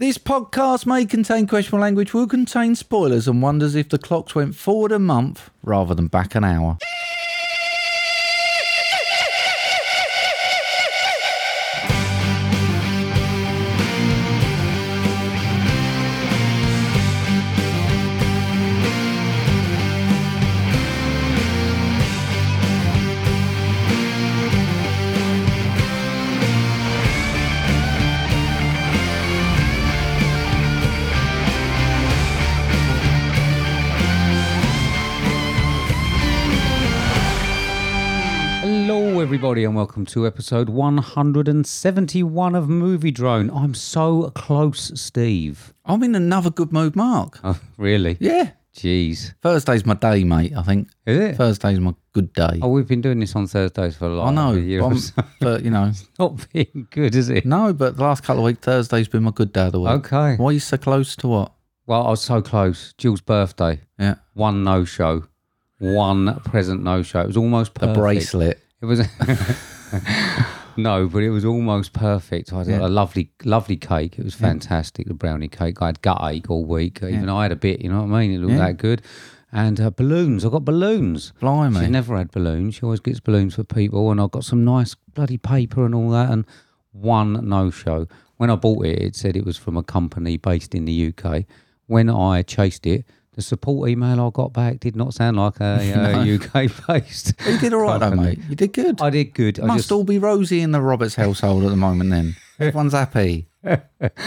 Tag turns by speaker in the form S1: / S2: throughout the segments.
S1: This podcast may contain questionable language, will contain spoilers, and wonders if the clocks went forward a month rather than back an hour.
S2: Hello, everybody, and welcome to episode 171 of Movie Drone. I'm so close, Steve.
S1: I'm in another good mood, Mark.
S2: Oh, really?
S1: Yeah.
S2: Jeez.
S1: Thursday's my day, mate, I think.
S2: Is it?
S1: Thursday's my good day.
S2: Oh, we've been doing this on Thursdays for a lot.
S1: I know,
S2: A year
S1: but,
S2: or
S1: I'm-
S2: so.
S1: but, you know,
S2: Not being good, is it?
S1: no, but the last couple of weeks, Thursday's been my good day of the week.
S2: Okay.
S1: Why are you so close to what?
S2: Well, I was so close. Jill's birthday.
S1: Yeah.
S2: One no show. One present no show. It was almost
S1: The
S2: perfect.
S1: bracelet.
S2: It was. No, but it was almost perfect. I had a lovely, lovely cake. It was fantastic, the brownie cake. I had gut ache all week. Even I had a bit, you know what I mean? It looked that good. And uh, balloons. I got balloons.
S1: Blimey.
S2: She's never had balloons. She always gets balloons for people. And I got some nice bloody paper and all that. And one no show. When I bought it, it said it was from a company based in the UK. When I chased it, the support email I got back did not sound like a uh, UK based.
S1: you did all right, though, mate. You did good.
S2: I did good. I
S1: Must
S2: just,
S1: all be rosy in the Roberts household at the moment, then. Everyone's happy.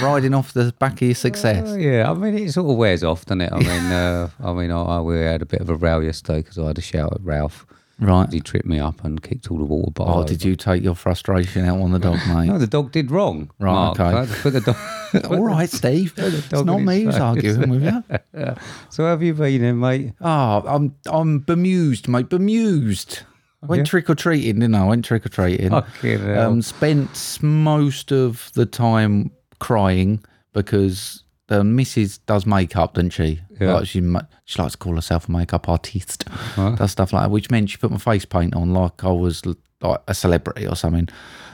S1: Riding off the back of your success.
S2: Oh, yeah, I mean it sort of wears off, doesn't it? I mean, uh, I mean, I, I we had a bit of a row yesterday because I had a shout at Ralph.
S1: Right.
S2: He tripped me up and kicked all the water bottle.
S1: Oh,
S2: over.
S1: did you take your frustration out on the dog, mate?
S2: No, the dog did wrong.
S1: Right,
S2: Mark.
S1: okay.
S2: I had to put the dog.
S1: All right, Steve. It's
S2: dog
S1: not
S2: in
S1: me
S2: his
S1: who's
S2: face.
S1: arguing with you.
S2: so how have you been, in, mate?
S1: Oh, I'm I'm bemused, mate. Bemused. I went trick or treating, didn't I? I went trick or treating.
S2: Fucking hell.
S1: Um, spent most of the time crying because the missus does makeup, doesn't she?
S2: Yeah.
S1: Like she ma- she likes to call herself a makeup artist, does stuff like that. Which meant she put my face paint on like I was l- like a celebrity or something,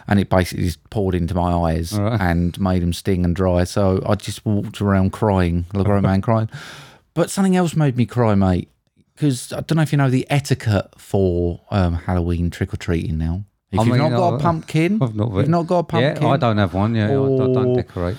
S1: and it basically just poured into my eyes and made them sting and dry. So I just walked around crying, like a grown man crying. But something else made me cry, mate. Because I don't know if you know the etiquette for um, Halloween trick or treating now. If
S2: I
S1: you've
S2: mean, uh,
S1: not got a
S2: I-
S1: pumpkin,
S2: I've not.
S1: you've not got a pumpkin, Oh.
S2: Yeah, I don't have one. Yeah, I don't- don't
S1: Or-
S2: decorate.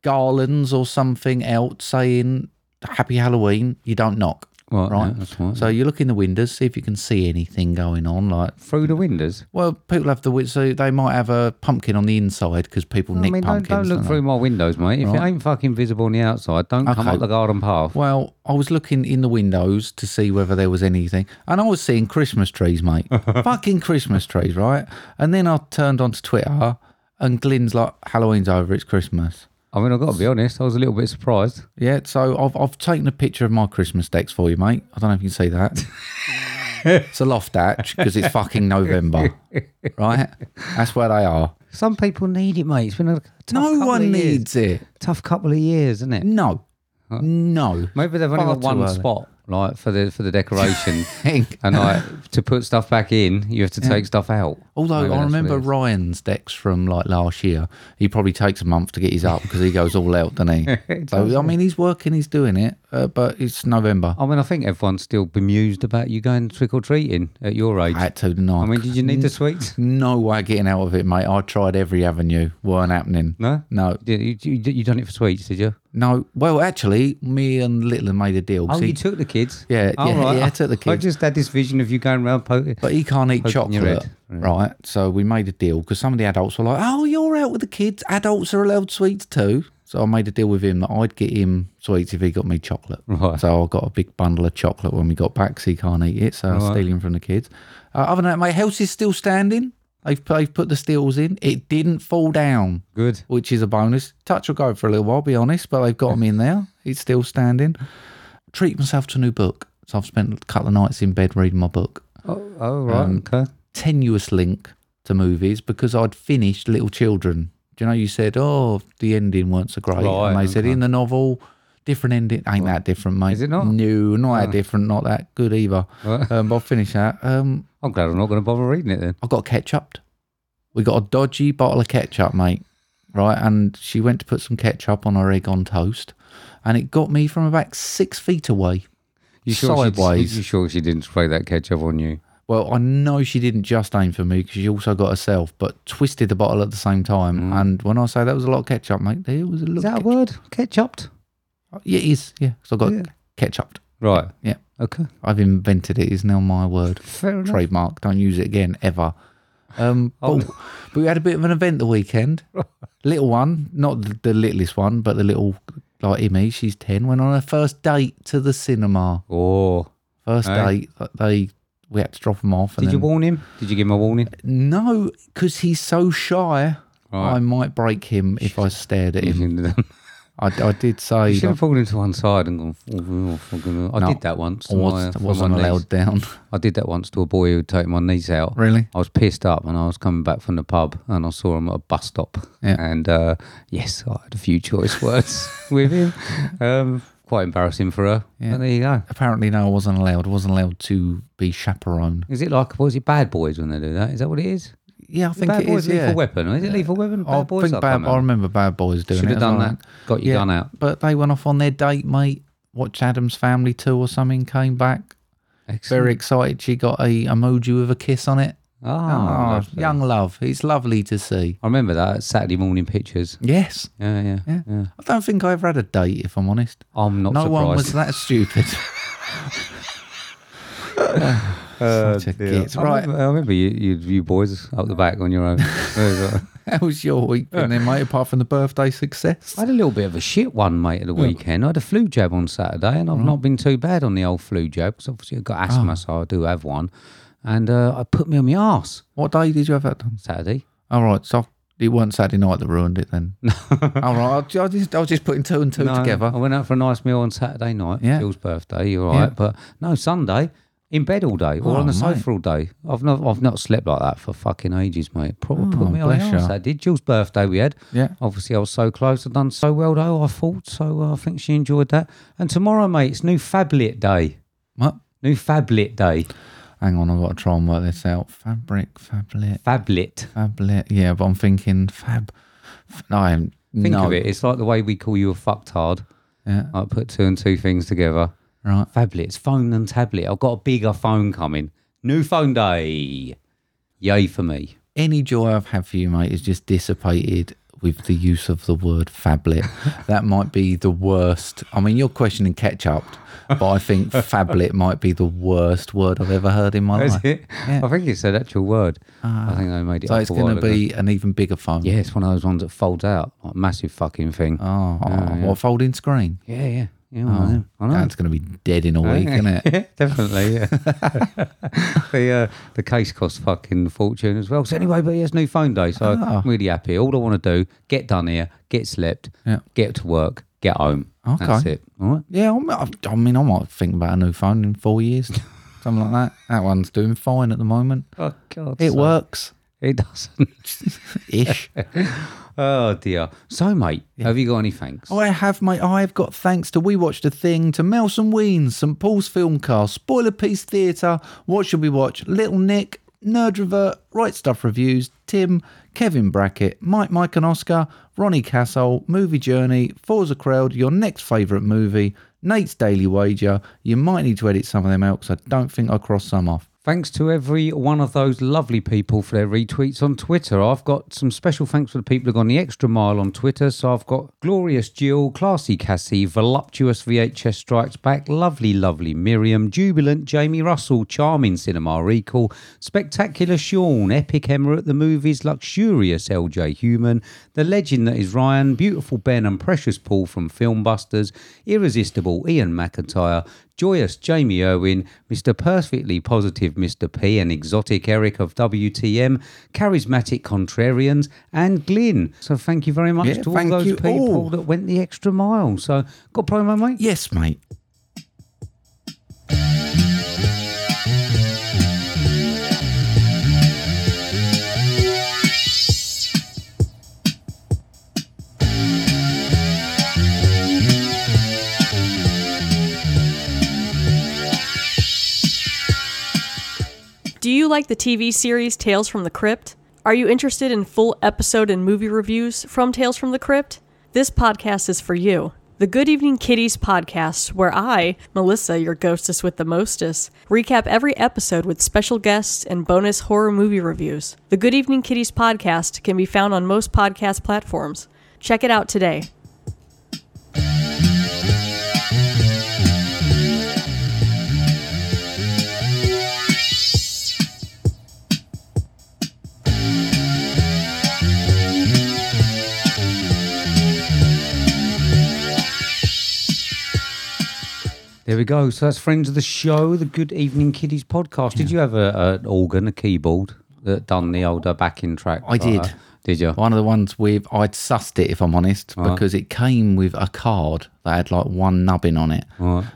S1: garlands or something else saying "Happy Halloween," you don't knock.
S2: Right,
S1: Right.
S2: yeah, that's right.
S1: So you look in the windows, see if you can see anything going on. Like,
S2: Through the windows.
S1: well, people have the win- so they might have a pumpkin on the inside because people
S2: I
S1: nick
S2: mean, don't,
S1: pumpkins.
S2: don't look
S1: don't they?
S2: through my windows, mate. If it ain't fucking visible on the outside, don't come
S1: Okay.
S2: up the garden path.
S1: Well, I was looking in the windows to see whether there was anything, and I was seeing Christmas trees, mate. Fucking Christmas trees, right? And then I turned onto Twitter, and Glenn's like, "Halloween's over, it's Christmas."
S2: I mean, I've got to be honest. I was a little bit surprised.
S1: Yeah, so I've I've taken a picture of my Christmas decks for you, mate. I don't know if you can see that. it's a loft hatch because it's fucking November, right? That's where they are.
S2: Some people need it, mate. It's been a tough
S1: No
S2: couple
S1: one
S2: of years.
S1: needs it.
S2: tough couple of years, isn't it?
S1: No, no.
S2: Maybe they've only
S1: Far
S2: got
S1: too
S2: one
S1: early.
S2: spot, like for the for the decoration,
S1: Hank.
S2: and like to put stuff back in, you have to take stuff out.
S1: Although
S2: Maybe
S1: I
S2: that's what
S1: remember
S2: it is.
S1: Ryan's decks from like last year, he probably takes a month to get his up because he goes all out, doesn't he? so I mean, he's working, he's doing it, uh, but it's November.
S2: I mean, I think everyone's still bemused about you going trick or treating at your age.
S1: I
S2: I,
S1: had to deny.
S2: mean, did you need the sweets?
S1: no way getting out of it, mate. I tried every avenue, weren't happening.
S2: No,
S1: No,
S2: Did- you, you, you done it for sweets, did you?
S1: no. Well, actually, me and Little made a deal. 'cause
S2: Oh,
S1: he-
S2: you took the kids.
S1: Yeah,
S2: All
S1: yeah,
S2: right.
S1: yeah, I took the
S2: I
S1: kids.
S2: just had this vision of you going around poking.
S1: but he can't eat
S2: Poking your
S1: chocolate, right? So we made a deal because some of the adults were like, "Oh, you're out with the kids. Adults are allowed sweets too." So I made a deal with him that I'd get him sweets if he got me chocolate.
S2: Right.
S1: So I got a big bundle of chocolate when we got back, so he can't eat it. So I'm stealing from the kids. Uh, other than that, my house is still standing. They've, they've put the steels in. It didn't fall down
S2: Good.
S1: which is a bonus. Touch will go for a little while, be honest, but they've got him in there. He's still standing. Treat myself to a new book. So I've spent a couple of nights in bed reading my book.
S2: Oh, oh right.
S1: Um,
S2: okay.
S1: Tenuous link to movies because I'd finished Little Children. Do you know you said, oh, the ending weren't so great.
S2: Right,
S1: and they said
S2: okay.
S1: in the novel, different ending. Ain't that different, mate.
S2: Is it not? Ah.
S1: No, not that different, not that good either.
S2: Right.
S1: Um, but I'll finish that. Um,
S2: I'm glad I'm not going to bother reading it then.
S1: I got ketchup. We got a dodgy bottle of ketchup, mate. right? And she went to put some ketchup on her egg on toast, and it got me from about six feet away.
S2: You sure
S1: Sideways.
S2: She, you sure she didn't spray that ketchup on you?
S1: Well, I know she didn't just aim for me because she also got herself, but twisted the bottle at the same time. And when I say that was a lot of ketchup, mate, it was a lot.
S2: Mm. Is that
S1: of
S2: a word? Ketchuped?
S1: ketchup. Yeah, it is. Yeah, so I got
S2: Yeah.
S1: ketchuped.
S2: Right.
S1: Yeah,
S2: Okay.
S1: I've invented it. Is now my word.
S2: Fair enough.
S1: trademark. Don't use it again ever. Um,
S2: Oh.
S1: but, but we had a bit of an event the weekend. little one, not the, the littlest one, but the little like Immy. She's ten. Went on her first date to the cinema.
S2: Oh.
S1: First
S2: Hey.
S1: date. like, They we had to drop them off. And
S2: Did you
S1: then,
S2: warn him? Did you give him a warning?
S1: no, because he's so shy.
S2: Right.
S1: I might break him if I stared at him. I, I did say
S2: You should
S1: like,
S2: have fallen into one side and gone. "Oh, oh, oh, oh." I
S1: No,
S2: did that once.
S1: I
S2: to my-
S1: was,
S2: for my
S1: wasn't
S2: niece.
S1: allowed down.
S2: I did that once to a boy who would take my niece out.
S1: Really?
S2: I was pissed up and I was coming back from the pub and I saw him at a bus stop.
S1: Yeah.
S2: And uh, yes, I had a few choice words with him. Um, quite embarrassing for her. But there you go.
S1: Apparently, no, I wasn't allowed. I wasn't allowed to be chaperone.
S2: Is it like, what is it, bad boys when they do that? Is that what it is?
S1: Yeah, I think
S2: bad
S1: it
S2: boys
S1: is. Yeah.
S2: lethal weapon. Is it lethal weapon? Bad
S1: I
S2: boys.
S1: think
S2: I
S1: bad,
S2: can't
S1: I
S2: remember.
S1: remember Bad Boys doing
S2: Should
S1: it.
S2: have done
S1: I was
S2: that.
S1: like,
S2: Got your
S1: Yeah,
S2: gun out.
S1: But they went off on their date, mate. Watched Adam's Family 2 or something, came back.
S2: Excellent.
S1: Very excited. She got a emoji with a kiss on it. Ah,
S2: Ah, lovely.
S1: young love. It's lovely to see.
S2: I remember that Saturday morning pictures.
S1: Yes.
S2: Yeah, yeah, yeah.
S1: Yeah. I don't think I ever had a date, if I'm honest.
S2: I'm not
S1: no
S2: surprised.
S1: one was that stupid. Such a git.
S2: Oh, I
S1: Right.
S2: remember, I remember you, you, you boys up the back on your own. I
S1: How was your week been then, mate, apart from the birthday success?
S2: had a little bit of a shit one, mate, at the weekend. I had a flu jab on Saturday, and I've
S1: Mm-hmm.
S2: not been too bad on the old flu jab because obviously I've got
S1: Oh.
S2: asthma, so I do have one. And uh, I put me on my arse
S1: What day did you have that done?
S2: Saturday.
S1: All right, so it wasn't Saturday night that ruined it then. All right, I'll, I'll just, I was just putting two and two
S2: No,
S1: together.
S2: I went out for a nice meal on Saturday night.
S1: Yeah.
S2: Bill's birthday, you're all right. But no, Sunday, in bed all day or
S1: Oh,
S2: on the
S1: mate.
S2: sofa all day. I've not I've not slept like that for fucking ages, mate. Probably put me on
S1: Oh, bless
S2: the arse,
S1: you.
S2: that did. Jill's birthday we had.
S1: Yeah.
S2: Obviously, I was so close. I've done so well, though, I thought. So uh, I think she enjoyed that. And tomorrow, mate, it's new Fablet Day.
S1: What?
S2: New Fablet Day.
S1: Hang on, I've got to try and work this out. Fabric, fablet,
S2: Fablet.
S1: fablet. Yeah, but I'm thinking fab. f- No, I'm
S2: Think
S1: no.
S2: of it. It's like the way we call you a fucktard.
S1: Yeah.
S2: I put two and two things together.
S1: Right.
S2: Fablets, phone and tablet. I've got a bigger phone coming. New phone day. Yay for me.
S1: Any joy I've had for you, mate, is just dissipated with the use of the word fablet. that might be the worst. I mean, you're questioning ketchup, but I think fablet might be the worst word I've ever heard in my
S2: Is
S1: life.
S2: it? I think it's an actual word. I think they made it
S1: So
S2: up
S1: it's
S2: a while
S1: going to
S2: ago.
S1: be an even bigger phone.
S2: Yeah, it's one of those ones that folds out. Like massive fucking thing.
S1: Oh, what folding screen?
S2: Yeah, yeah. Yeah, I know. I know.
S1: That's going to be dead in a week, isn't it?
S2: Yeah, definitely. Yeah. the uh, the case costs fucking fortune as well. So anyway, but yes, new phone day, so I'm really happy. All I want to do: get done here, get slept,
S1: Yeah.
S2: get to work, get home.
S1: Okay.
S2: That's it. All right.
S1: Yeah, I'm- I I mean, I might think about a new phone in four years, something like that. That one's doing fine at the moment.
S2: Oh God,
S1: It works
S2: It doesn't.
S1: ish.
S2: Oh dear. So, mate, have you got any thanks? Oh,
S1: I have, mate. I've got thanks to We Watched a Thing, to Melson Weens, St Paul's Film Cast, Spoiler Piece Theatre, What Should We Watch, Little Nick, Nerd Revert, Right Stuff Reviews, Tim, Kevin Brackett, Mike, Mike and Oscar, Ronnie Castle, Movie Journey, Forza Crowd, Your Next Favourite Movie, Nate's Daily Wager. You might need to edit some of them out because I don't think I crossed some off.
S2: Thanks to every one of those lovely people for their retweets on Twitter. I've got some special thanks for the people who've gone the extra mile on Twitter. So I've got Glorious Jill, Classy Cassie, Voluptuous VHS Strikes Back, Lovely Lovely Miriam, Jubilant Jamie Russell, Charming Cinema Recall, Spectacular Sean, Epic Emma at the Movies, Luxurious LJ Human, The Legend That Is Ryan, Beautiful Ben and Precious Paul from Filmbusters, Irresistible Ian McIntyre, joyous Jamie Irwin, Mr. Perfectly Positive Mr. P, and exotic Eric of WTM, charismatic contrarians, and Glyn. So thank you very much
S1: Yeah,
S2: to all
S1: thank
S2: those
S1: you
S2: people
S1: all.
S2: that went the extra mile. So got promo, mate?
S1: Yes, mate.
S3: Do you like the TV series Tales from the Crypt? Are you interested in full episode and movie reviews from Tales from the Crypt? This podcast is for you. The Good Evening Kitties podcast, where I, Melissa, your ghostess with the mostest, recap every episode with special guests and bonus horror movie reviews. The Good Evening Kitties podcast can be found on most podcast platforms. Check it out today.
S2: There we go. So that's friends of the show, the Good Evening Kiddies podcast. Did you have a, an organ, a keyboard that done the older backing track?
S1: I did.
S2: that? Did you?
S1: One of the ones with I'd sussed it if I'm honest because it came with a card that had like one nubbin on it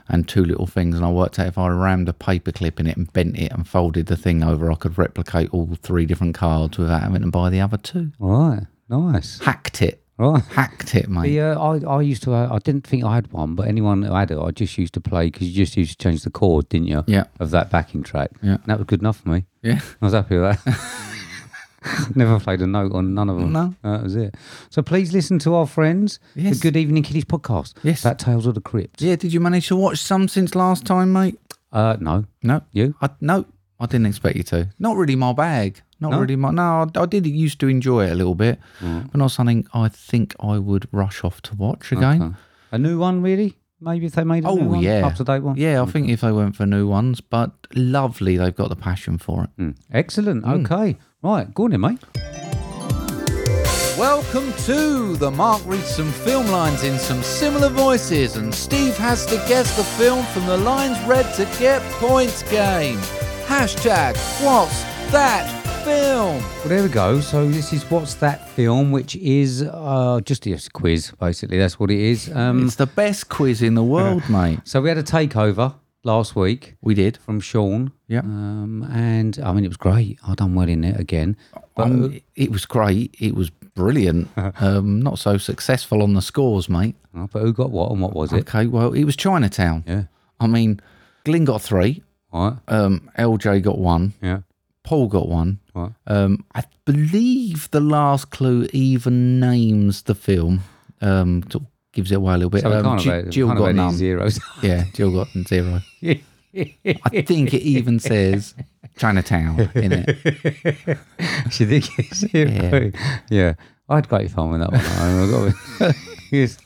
S1: and two little things, and I worked out if I rammed a paper clip in it and bent it and folded the thing over, I could replicate all three different cards without having to buy the other two.
S2: Right. Nice.
S1: Hacked it,
S2: Right.
S1: hacked it, mate.
S2: The, uh, I, I used to, uh, I didn't think I had one, but anyone who had it, I just used to play because you just used to change the chord, didn't you?
S1: Yeah.
S2: Of that backing track.
S1: Yeah.
S2: And that was good enough for me.
S1: Yeah.
S2: I was happy with that. Never played a note on none of them.
S1: No.
S2: That was it. So please listen to our friends,
S1: Yes.
S2: the Good Evening Kiddies podcast.
S1: Yes.
S2: That Tales of the Crypt.
S1: Yeah, did you manage to watch some since last time, mate?
S2: Uh, no.
S1: No,
S2: You?
S1: I, no, I didn't expect you to. Not really my bag. Not
S2: No? Mm.
S1: really my. No, I, I did used to enjoy it a little bit, but not something I think I would rush off to watch again.
S2: Okay. A new one, really? Maybe if they made a new
S1: Oh
S2: one,
S1: yeah,
S2: up to date one.
S1: Yeah, I think if they went for new ones, but lovely, they've got the passion for it.
S2: Mm. Excellent.
S1: Hmm.
S2: Okay. Right. Go on, then, mate.
S1: Welcome to the Mark reads some film lines in some similar voices, and Steve has to guess the film from the lines read to get points game. Hashtag what's that film?
S2: Well, there we go. So this is what's that film, which is uh, just a quiz, basically. That's what it is. Um,
S1: It's the best quiz in the world, mate.
S2: so we had a takeover last week
S1: We did.
S2: from Sean.
S1: Yeah.
S2: Um, and I mean, it was great. I done well in it again. But uh, Uh-huh.
S1: Um, it was great. It was brilliant. um, not so successful on the scores, mate.
S2: uh, but who got what and what was it?
S1: Okay, well, it was Chinatown.
S2: Yeah.
S1: I mean, Glyn got three.
S2: All right.
S1: Um, LJ got one.
S2: Yeah.
S1: Paul got one.
S2: Right.
S1: Um, I believe the last clue even names the film. Um, sort of gives it away a little bit.
S2: So we
S1: Um,
S2: can't
S1: Ju-
S2: have, had-
S1: Jill
S2: can't
S1: got
S2: have had any
S1: none.
S2: zeros.
S1: Yeah, Jill got zero. I think it even says Chinatown in it.
S2: she did get zero. Yeah. I had great fun with that one. I, got yes.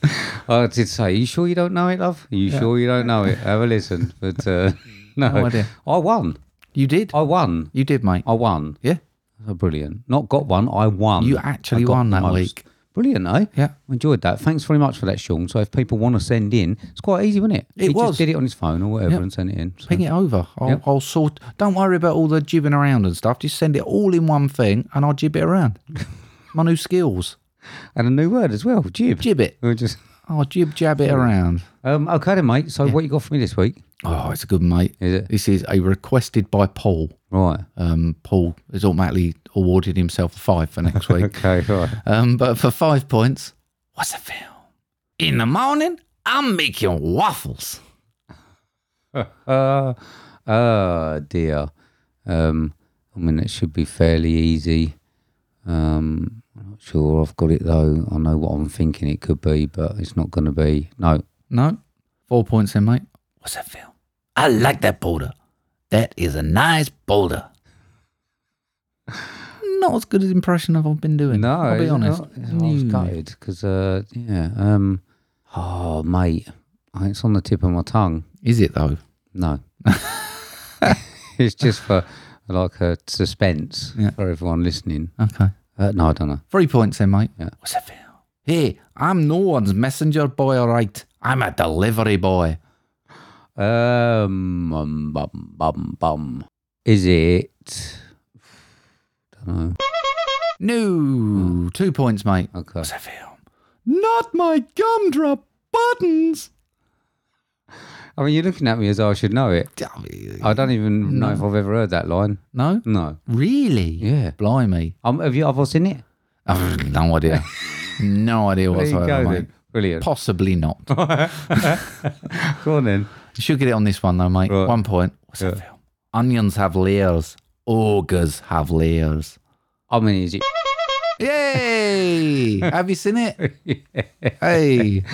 S2: I did say, you sure you don't know it, love? Are you sure you don't know it? Have a listen. But uh, no,
S1: No idea.
S2: I won.
S1: You did.
S2: I won.
S1: You did, mate.
S2: I won.
S1: Yeah.
S2: So brilliant. Not got one, I won.
S1: You actually
S2: I got
S1: won
S2: the
S1: that
S2: most.
S1: week.
S2: Brilliant, eh?
S1: Yeah.
S2: I enjoyed that. Thanks very much for that, Sean. So if people want to send in, it's quite easy, wasn't it?
S1: It
S2: he
S1: was.
S2: just did it on his phone or whatever
S1: Yep.
S2: and sent it in. So-
S1: Ping it over. I'll,
S2: Yep.
S1: I'll sort. Don't worry about all the jibbing around and stuff. Just send it all in one thing, and I'll jib it around. My new skills.
S2: And a new word as well, jib.
S1: Jib it.
S2: We're just
S1: I'll jib jab it around.
S2: um, okay then, mate. So what you got for me this week?
S1: Oh, it's a good one, mate.
S2: Is it?
S1: This is a requested by Paul.
S2: Right.
S1: Um, Paul has automatically awarded himself a five for next week.
S2: Okay, right.
S1: um, but for five points, what's the film? In the morning, I'm making waffles.
S2: Uh, oh dear. Um, I mean, it should be fairly easy. Um, I'm not sure I've got it though. I know what I'm thinking it could be, but it's not going to be. No.
S1: No. Four points in, mate. What's that film? I like that boulder. That is a nice boulder. Not as good an impression of I've been doing.
S2: No.
S1: I'll be
S2: it's
S1: honest.
S2: not. I was gutted because, uh, yeah. Um, oh, mate. It's on the tip of my tongue.
S1: Is it though?
S2: No. it's just for like a suspense
S1: Yeah.
S2: for everyone listening.
S1: Okay.
S2: Uh, no, I don't know.
S1: Three points in, mate.
S2: Yeah.
S1: What's that film? Hey, I'm no one's messenger boy, all right. I'm a delivery boy.
S2: Um, um, bum, bum, bum. Is it? Don't
S1: No. Two points, mate.
S2: know. Okay.
S1: What's that film? Not my gumdrop buttons.
S2: I mean, you're looking at me as though I should know it. I don't even know if I've ever heard that line.
S1: No?
S2: No.
S1: Really?
S2: Yeah.
S1: Blimey.
S2: Um, have you ever seen it?
S1: I've no idea. no idea
S2: There you
S1: whatsoever,
S2: go
S1: mate.
S2: then. Brilliant.
S1: Possibly not. You
S2: Go on then.
S1: should get it on this one though, mate.
S2: Right.
S1: One point. What's that film? Onions have layers. Ogres have layers.
S2: I mean, is it?
S1: Yay! Have you seen it? Hey,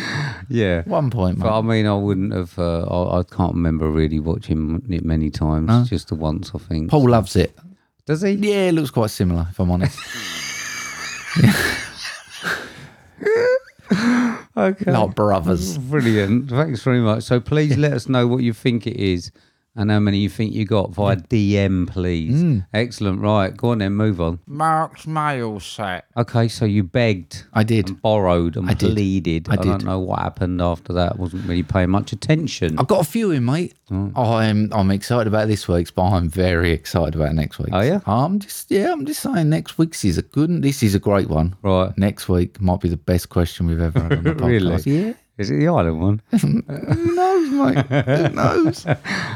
S2: Yeah.
S1: one point,
S2: But
S1: mate.
S2: I mean, I wouldn't have. Uh, I, I can't remember really watching it many times. Just the once, I think.
S1: Paul loves it.
S2: Does he?
S1: Yeah, it looks quite similar, if I'm honest.
S2: Okay.
S1: Like brothers.
S2: Brilliant. Thanks very much. So please let us know what you think it is and how many you think you got via DM, please. Excellent. Right. Go on then. Move on.
S1: Mark's mail set.
S2: Okay. So you begged.
S1: I did.
S2: And borrowed and
S1: I did.
S2: pleaded.
S1: I
S2: don't
S1: did.
S2: know what happened after that. Wasn't really paying much attention.
S1: I've got a few in, mate.
S2: Mm.
S1: Oh, I'm I'm excited about this week's, but I'm very excited about next week's.
S2: Are you?
S1: I'm just yeah, I'm just saying next week's is a good. one. This is a great one.
S2: Right.
S1: Next week might be the best question we've ever had on the podcast.
S2: Really? Is it the island one?
S1: Who knows, mate? Who knows?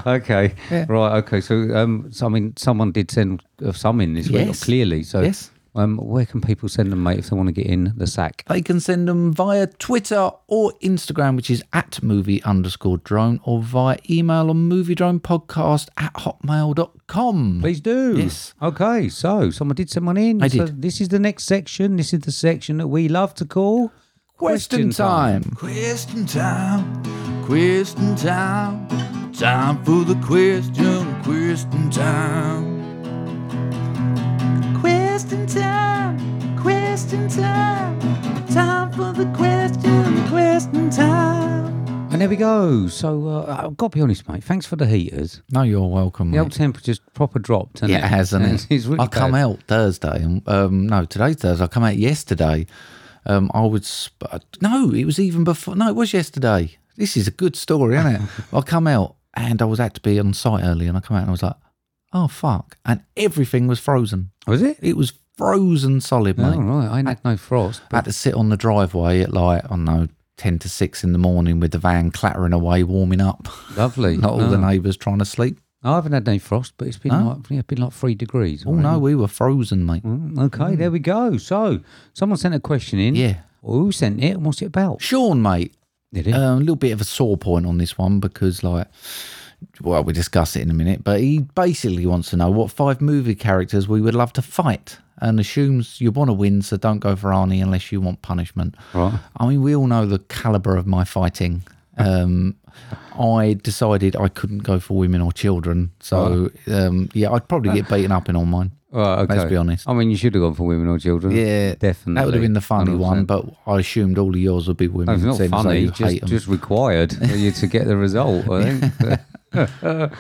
S2: okay. Right. Okay. So, um, so I mean, someone did send uh, some in this week,
S1: Yes.
S2: clearly. So,
S1: Yes.
S2: um, where can people send them, mate, if they want to get in the sack?
S1: They can send them via Twitter or Instagram, which is at movie underscore drone, or via email on movie drone podcast at hotmail.com.
S2: Please do.
S1: Yes.
S2: Okay. So, someone did send one in.
S1: I
S2: So
S1: did.
S2: this is the next section. This is the section that we love to call
S1: Question time. Question time. Question time. Time for the question. Question time. Question time. Question time. Time for the question. Question time.
S2: And there we go. So, uh, I've got to be honest, mate. Thanks for the heaters.
S1: No, you're welcome.
S2: The
S1: mate.
S2: old temperature's proper dropped. hasn't
S1: Yeah, it has, hasn't it?
S2: It's really
S1: I come
S2: bad.
S1: out Thursday. and, Um, no, today's Thursday. I come out yesterday. Um, I would. Sp- no, it was even before. No, it was yesterday. This is a good story, isn't it? I come out and I was had to be on site early, and I come out and I was like, "Oh fuck!" And everything was frozen.
S2: Was it?
S1: It was frozen solid, mate.
S2: Oh, right. I ain't had no frost.
S1: I had to sit on the driveway at like I don't know ten to six in the morning with the van clattering away, warming up.
S2: Lovely.
S1: Not all the
S2: Oh.
S1: neighbours trying to sleep.
S2: I haven't had any frost, but it's been
S1: No?
S2: like yeah, been like three degrees.
S1: Oh no, we were frozen, mate.
S2: Mm, Okay, there we go. So someone sent a question in.
S1: Yeah.
S2: Who sent it? and What's it about?
S1: Sean, mate,
S2: Did it?
S1: Um, a little bit of a sore point on this one because, like, well, we discuss it in a minute, but he basically wants to know what five movie characters we would love to fight and assumes you want to win, so don't go for Arnie unless you want punishment.
S2: right.
S1: I mean, we all know the caliber of my fighting. Um, I decided I couldn't go for women or children, so um, yeah, I'd probably get beaten up in all mine.
S2: Right, okay.
S1: let's be honest.
S2: I mean, you should have gone for women or children.
S1: Yeah,
S2: definitely.
S1: That would have been the funny one,
S2: 100%.
S1: but I assumed all of yours would be women.
S2: It's not
S1: seeing as though
S2: funny.
S1: you hate
S2: Just,
S1: 'em.
S2: just required for you to get the result. I think.
S1: But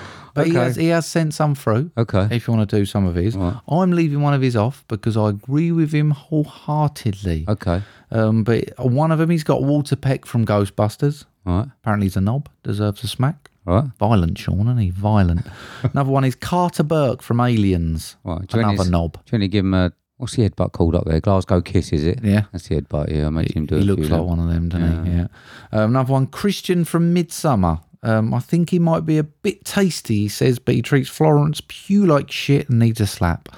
S1: he
S2: Okay.
S1: has he has sent some through.
S2: Okay.
S1: If you want to do some of his, I'm leaving one of his off because I agree with him wholeheartedly.
S2: okay.
S1: Um, but one of them he's got Walter Peck from Ghostbusters.
S2: All right.
S1: Apparently he's a knob, deserves a smack.
S2: All right.
S1: Violent, Sean, isn't he? Violent. Another one is Carter Burke from Aliens.
S2: Right. Do you reckon
S1: Another
S2: it's-
S1: knob.
S2: Do you want to give him a what's the headbutt called up there? Glasgow kiss, is it?
S1: Yeah.
S2: That's the headbutt. Yeah, I made him do
S1: He
S2: it.
S1: looks like one of them, doesn't he? Yeah. Um, another one, Christian from Midsummer. Um, I think he might be a bit tasty, he says, but he treats Florence Pugh like shit and needs a slap.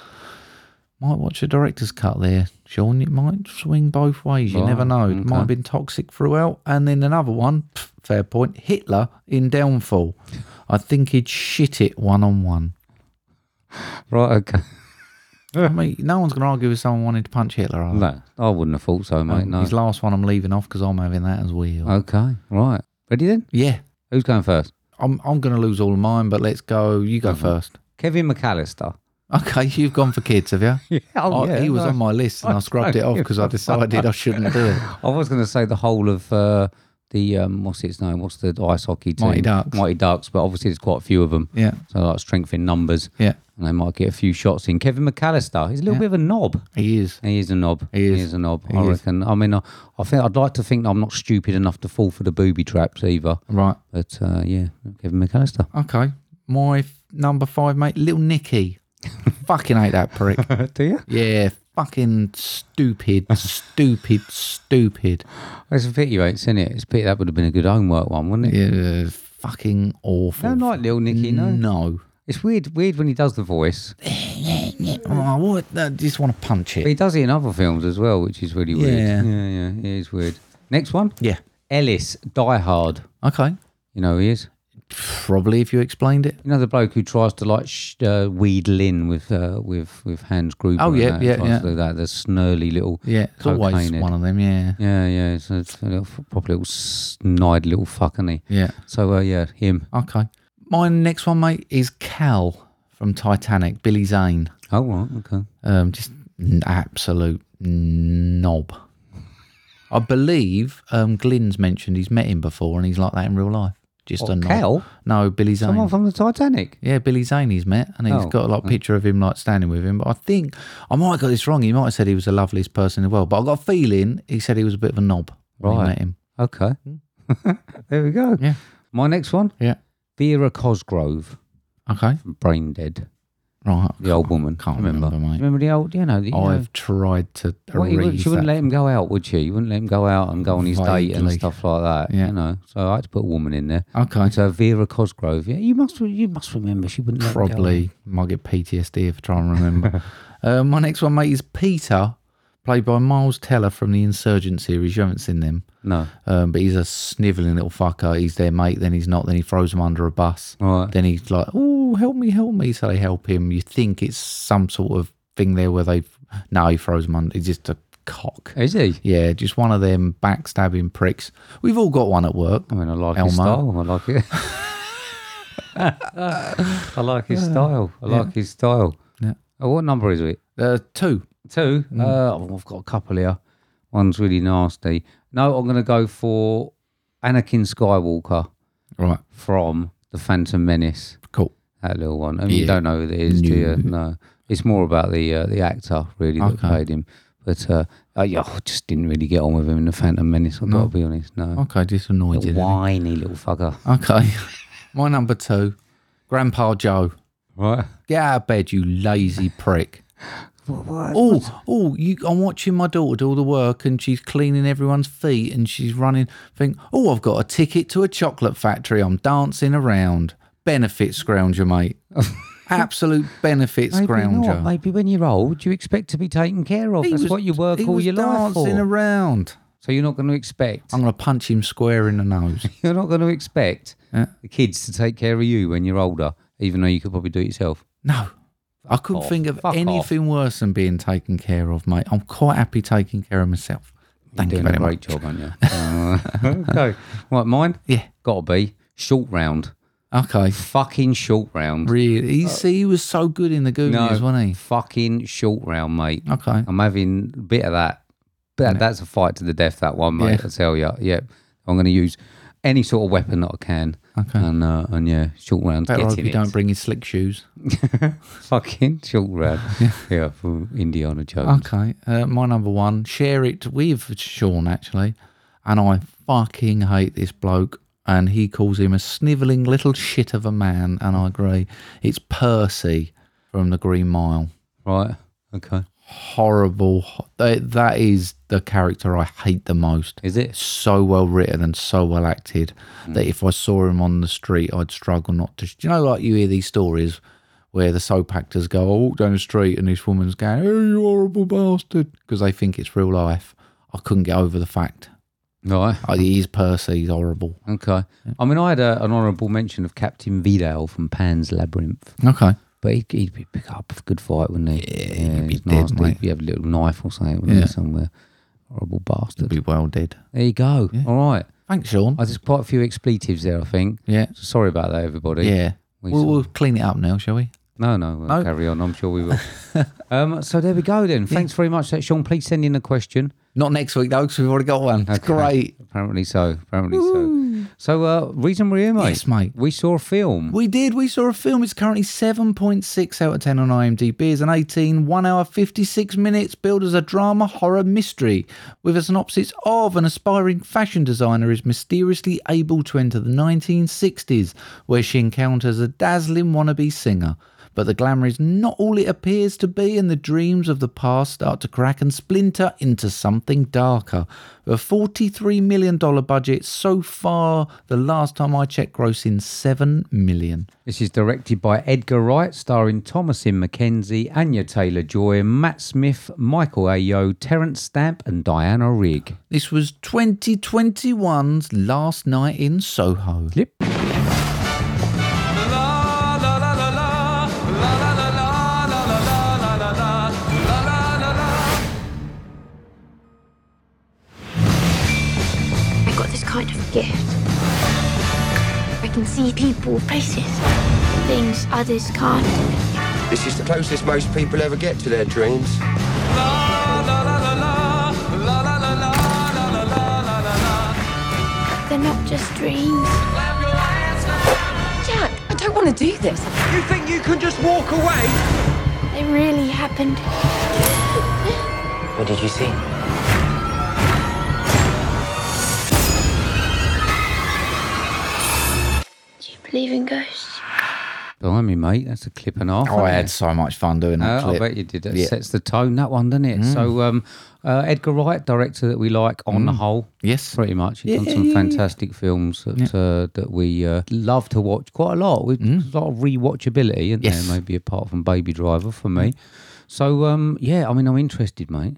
S1: Might watch a director's cut there, Sean. It might swing both ways. You never know. It might have been toxic throughout. And then another one, pff, fair point, Hitler in Downfall. I think he'd shit it one on one.
S2: Right. Okay. Eh.
S1: I mean, no one's going to argue with someone wanting to punch Hitler, are they?
S2: No, I wouldn't have thought so, mate. No. Uh,
S1: His last one I'm leaving off because I'm having that as well.
S2: Okay. Right. Ready then?
S1: yeah.
S2: Who's going first?
S1: I'm I'm going to lose all of mine, but let's go. You
S2: Mm-hmm.
S1: go first.
S2: Kevin McAllister.
S1: Okay, you've gone for kids, have you?
S2: Yeah, oh,
S1: I-
S2: yeah,
S1: he was
S2: no.
S1: on my list, and I, scrubbed it off because I decided I shouldn't do it.
S2: I was going to say the whole of uh, the um, what's its name? What's the ice hockey team?
S1: Mighty Ducks.
S2: Mighty Ducks, but obviously there's quite a few of them.
S1: Yeah,
S2: So like strength in numbers,
S1: yeah,
S2: and they might get a few shots in. Kevin McAllister, he's a little bit of a knob.
S1: he is.
S2: He is a knob.
S1: He is.
S2: a knob.
S1: He
S2: I
S1: is.
S2: reckon. I mean, I, I think I'd like to think I'm not stupid enough to fall for the booby traps either.
S1: Right.
S2: But uh, yeah, Kevin McAllister.
S1: Okay. My f- number five, mate, little Nicky. fucking hate that prick.
S2: Do you?
S1: Yeah, fucking stupid, stupid, stupid.
S2: It's a pity, mate, isn't it? It's a pity that would have been a good homework one, wouldn't it?
S1: Yeah, fucking
S2: I
S1: awful.
S2: don't like Lil Nicky, no.
S1: No.
S2: It's weird, weird when he does the voice.
S1: Oh, what? I just want to punch
S2: But
S1: it.
S2: he does it in other films as well, which is really weird.
S1: Yeah.
S2: yeah, yeah, it is weird. Next one,
S1: Yeah.
S2: Ellis Die Hard.
S1: Okay.
S2: You know who he is?
S1: Probably if you explained it.
S2: You know the bloke who tries to like sh- uh, weed Lynn with uh, with with Hans Gruber.
S1: Oh,
S2: and
S1: yeah,
S2: that,
S1: yeah,
S2: tries
S1: yeah.
S2: To do that the snarly little.
S1: Yeah, it's always
S2: cocaine-head.
S1: one of them. Yeah,
S2: Yeah, yeah. It's a, it's a little, probably a little snide little fuck, isn't he?
S1: yeah.
S2: So uh, yeah, him.
S1: Okay. My next one, mate, is Cal from Titanic. Billy Zane.
S2: Oh right, okay.
S1: Um, just an absolute knob. I believe um, Glenn's mentioned he's met him before, and he's like that in real life. Just
S2: What,
S1: a knob.
S2: Oh, Cal?
S1: No, Billy Zane.
S2: Someone from the Titanic.
S1: Yeah, Billy Zane he's met, and he's
S2: Oh.
S1: got a like, picture of him like standing with him. But I think I might have got this wrong. He might have said he was the loveliest person in the world, but I got a feeling he said he was a bit of a knob when he
S2: Right.
S1: met him.
S2: Okay. there we go.
S1: Hmm. Yeah.
S2: My next one,
S1: Yeah.
S2: Vera Cosgrove,
S1: Okay.
S2: Brain Dead,
S1: Right.
S2: the old woman.
S1: can't
S2: remember.
S1: remember, mate.
S2: Remember the old, you know, the, you know-
S1: I've tried to
S2: Well, you wouldn't-
S1: erase
S2: she wouldn't
S1: that.
S2: let him go out, would she? You wouldn't let him go out and go on his date and
S1: Vaguely.
S2: stuff like that.
S1: Yeah.
S2: You know, so I had to put a woman in there.
S1: Okay.
S2: So Vera Cosgrove, yeah, you must, you must remember she wouldn't let him go out.
S1: Probably might get PTSD if I try and remember. uh, my next one, mate, is Peter, played by Miles Teller from the Insurgent series. You haven't seen them,
S2: No,
S1: um, but he's a snivelling little fucker. He's their mate, then he's not, then he throws them under a bus.
S2: Right.
S1: Then he's like, "Oh, help me, help me!" So they help him. You think it's some sort of thing there where they, no, he throws them under. He's just a cock.
S2: is he?
S1: Yeah, just one of them backstabbing pricks. We've all got one at work.
S2: I mean, I like his
S1: Elmo.
S2: style. I like it. I like his style. I like his style.
S1: Yeah.
S2: Oh, what number is it?
S1: Uh, two.
S2: Two. Uh, oh, I've got a couple here. One's really nasty. No, I'm going to go for Anakin Skywalker
S1: Right.
S2: from The Phantom Menace.
S1: Cool.
S2: That little one. I mean, you
S1: Yeah.
S2: don't know who it is, do you? No. It's more about the uh, the actor really that
S1: Okay.
S2: played him. But uh, uh, yeah, I just didn't really get on with him in The Phantom Menace. I've got to be honest. No.
S1: Okay, just annoyed you.
S2: Little
S1: didn't it?
S2: whiny little fucker.
S1: Okay. My number two, Grandpa Joe.
S2: Right.
S1: Get out of bed, you lazy prick. Oh, oh! You, I'm watching my daughter do all the work, and she's cleaning everyone's feet, and she's running. Think, oh, I've got a ticket to a chocolate factory. I'm dancing around. Benefit scrounger, mate. Absolute benefit
S2: Maybe not.
S1: scrounger.
S2: Maybe when you're old, you expect to be taken care of.
S1: He
S2: That's
S1: was-
S2: what you work
S1: he
S2: all
S1: was
S2: your life for.
S1: Dancing around.
S2: So you're not going to expect.
S1: I'm gonna punch him square in the nose.
S2: You're not going to expect
S1: Yeah.
S2: the kids to take care of you when you're older, even though you could probably do it yourself.
S1: No. I couldn't
S2: off.
S1: think of
S2: Fuck off.
S1: anything worse than being taken care of, mate. I'm quite happy taking care of myself. Thank
S2: you're
S1: you
S2: doing
S1: very
S2: a
S1: much.
S2: great job, aren't you? Uh, okay. Right, mine.
S1: Yeah.
S2: Got to be short round.
S1: Okay.
S2: Fucking short round.
S1: Really?
S2: Uh,
S1: He, see, he was so good in the Goonies, wasn't he?
S2: Fucking short round, mate.
S1: Okay.
S2: I'm having a bit of that. But that's a fight to the death, that one,
S1: Yeah.
S2: mate. I tell you. Yeah. I'm going to use any sort of weapon that I can.
S1: Okay.
S2: And, uh, and yeah, short round.
S1: Better
S2: Get
S1: hope
S2: in
S1: you
S2: it.
S1: don't bring his slick shoes.
S2: Fucking short round. yeah, from Indiana Jones.
S1: Okay. Uh, my number one, share it with Sean, actually. And I fucking hate this bloke. And he calls him a snivelling little shit of a man. And I agree. It's Percy from The Green Mile.
S2: Right. Okay.
S1: Horrible. ho- That, that is the character I hate the most.
S2: Is it?
S1: so well written and so well acted that if I saw him on the street, I'd struggle not to. You know, like you hear these stories where the soap actors go, I walk down the street and this woman's going, Oh, you horrible bastard, because they think it's real life. I couldn't get over the fact.
S2: Right.
S1: Oh, he is Percy, he's horrible.
S2: Okay. I mean, I had a, an honourable mention of Captain Vidal from Pan's Labyrinth,
S1: Okay.
S2: but he'd, he'd be pick up a good fight, wouldn't he? Yeah,
S1: he'd be
S2: he's
S1: dead,
S2: nasty.
S1: mate.
S2: He'd have a little knife or something, wouldn't
S1: Yeah.
S2: he, somewhere? Horrible bastard.
S1: Be well dead.
S2: There you go. All right.
S1: Thanks, Sean.
S2: Oh, there's quite a few expletives there, I think.
S1: Yeah.
S2: So sorry about that, everybody.
S1: Yeah.
S2: We
S1: We'll,
S2: saw-
S1: we'll clean it up now, shall we?
S2: No, no, we'll carry on. I'm sure we will. um, so there we go then. Thanks very much, for that Sean. Please send in a question.
S1: Not next week, though, because we've already got one. It's great.
S2: Apparently so. Apparently so. So uh, reason we're here, mate.
S1: Yes, mate.
S2: We saw a film.
S1: We did. We saw a film. It's currently 7.6 out of 10 on IMDb. It's an 18, 1 hour, 56 minutes, billed as a drama horror mystery, with a synopsis of an aspiring fashion designer is mysteriously able to enter the 1960s, where she encounters a dazzling wannabe singer. But the glamour is not all it appears to be, and the dreams of the past start to crack and splinter into something darker. With a $43 million budget, so far, the last time I checked, grossing $7 million.
S2: This is directed by Edgar Wright, starring Thomasin McKenzie, Anya Taylor Joy, Matt Smith, Michael Ayo, Terence Stamp, and Diana Rigg.
S1: This was 2021's Last Night in Soho.
S2: Clip.
S4: can see people, faces, things others can't.
S5: This is the closest most people ever get to their dreams.
S4: They're not just dreams.
S6: Jack, I don't want to do this.
S5: You think you can just walk away?
S4: They really happened.
S5: What did you see?
S4: Do you believe in ghosts?
S2: Blimey, mate, that's a clip and a half.
S1: Oh, I
S2: isn't
S1: had
S2: it?
S1: so much fun doing that.
S2: Uh, I
S1: clip.
S2: bet you did. That
S1: Yeah. Mm.
S2: sets the tone, that one, doesn't it? So, um, uh, Edgar Wright, director that we like on
S1: Mm.
S2: the whole.
S1: Yes.
S2: Pretty much. He's done some fantastic films that, uh, that we uh, love to watch quite a lot. With a lot of rewatchability, isn't
S1: Mm. Yes. Mm.
S2: there? Maybe apart from Baby Driver for me. So, um, yeah, I mean, I'm interested, mate,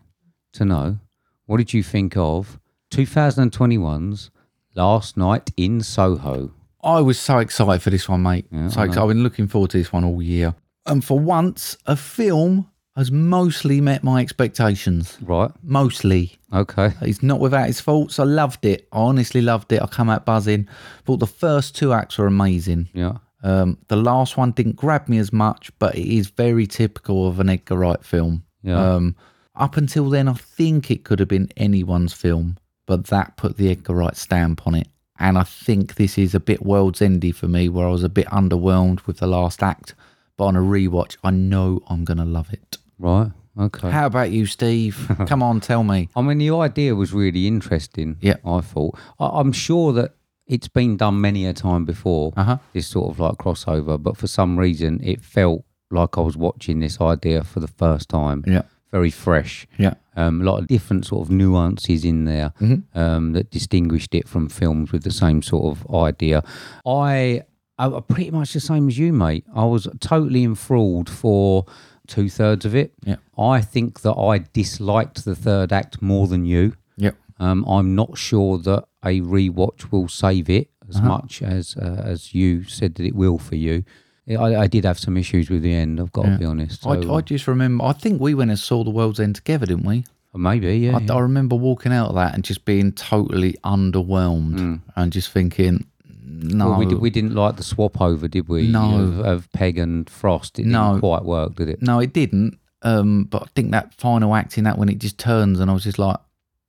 S2: to know what did you think of 2021's Last Night in Soho?
S1: I was so excited for this one, mate.
S2: Yeah,
S1: so
S2: I
S1: excited. I've been looking forward to this one all year. And for once, a film has mostly met my expectations.
S2: Right.
S1: Mostly.
S2: Okay.
S1: It's not without its faults. I loved it. I honestly loved it. I come out buzzing. Thought the first two acts were amazing.
S2: Yeah.
S1: Um, the last one didn't grab me as much, but it is very typical of an Edgar Wright film.
S2: Yeah.
S1: Um, up until then, I think it could have been anyone's film, but that put the Edgar Wright stamp on it. And I think this is a bit world's endy for me, where I was a bit underwhelmed with the last act. But on a rewatch, I know I'm going to love it.
S2: Right. Okay.
S1: How about you, Steve? Come on, tell me.
S2: I mean, the idea was really interesting.
S1: Yeah.
S2: I thought. I, I'm sure that it's been done many a time before.
S1: Uh-huh.
S2: This sort of like crossover, but for some reason, it felt like I was watching this idea for the first time.
S1: Yeah.
S2: Very fresh.
S1: Yeah.
S2: Um, a lot of different sort of nuances in there um, that distinguished it from films with the same sort of idea. I, I was pretty much the same as you, mate. I was totally enthralled for two thirds of it.
S1: Yeah.
S2: I think that I disliked the third act more than you.
S1: Yep.
S2: Um, I'm not sure that a rewatch will save it as much as uh, as you said that it will for you. I, I did have some issues with the end. I've got to be honest. So,
S1: I, I just remember, I think we went and saw The World's End together, didn't we?
S2: uh, maybe yeah.
S1: I, I remember walking out of that and just being totally underwhelmed and just thinking, no,
S2: Mm. Well, we, did, we didn't like the swap over, did we?
S1: No.
S2: Of, of Peg and Frost. It didn't
S1: No.
S2: quite work, did it?
S1: no, it didn't. Um, but I think that final act in that when it just turns and I was just like,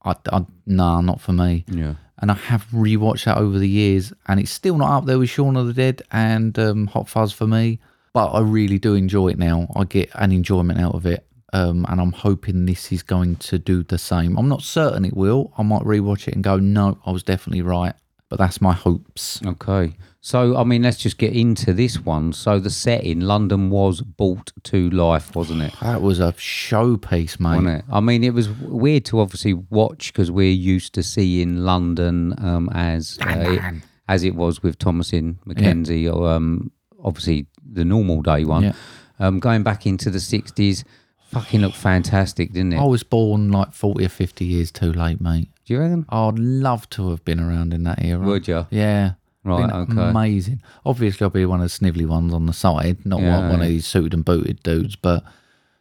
S1: I, I, nah, not for me.
S2: Yeah.
S1: And I have rewatched that over the years, and it's still not up there with Shaun of the Dead and um, Hot Fuzz for me. But I really do enjoy it now. I get an enjoyment out of it, um, and I'm hoping this is going to do the same. I'm not certain it will. I might rewatch it and go, no, I was definitely right. But that's my hopes.
S2: Okay. So, I mean, let's just get into this one. So, the setting, London was brought to life, wasn't it?
S1: That was a showpiece, mate.
S2: wasn't it? I mean, it was w- weird to obviously watch because we're used to seeing London um, as uh, it, as it was with Thomasin Mackenzie, or um, obviously the normal day one.
S1: Yeah.
S2: Um, going back into the sixties, fucking looked fantastic, didn't it?
S1: I was born like 40 or 50 years too late, mate.
S2: Do you reckon?
S1: I'd love to have been around in that era.
S2: Would ya?
S1: Yeah.
S2: Right,
S1: Been
S2: okay.
S1: Amazing. Obviously, I'll be one of the snively ones on the side, not
S2: Yeah.
S1: one, one of these suited and booted dudes, but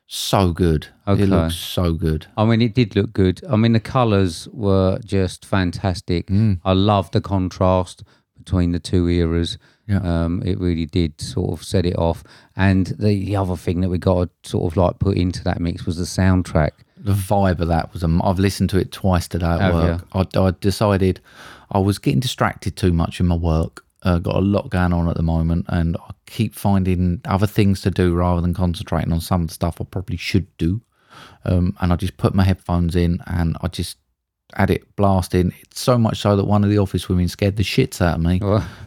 S1: so good.
S2: Okay.
S1: It looks so good.
S2: I mean, it did look good. I mean, the colours were just fantastic. I love the contrast between the two eras.
S1: Yeah.
S2: Um, it really did sort of set it off. And the, the other thing that we got to sort of like put into that mix was the soundtrack.
S1: The vibe of that was. am- I've listened to it twice today at
S2: Have
S1: work. I, I decided I was getting distracted too much in my work. Uh, got a lot going on at the moment, and I keep finding other things to do rather than concentrating on some of the stuff I probably should do. Um, and I just put my headphones in, and I just had it blasting. It's so much so that one of the office women scared the shits out of me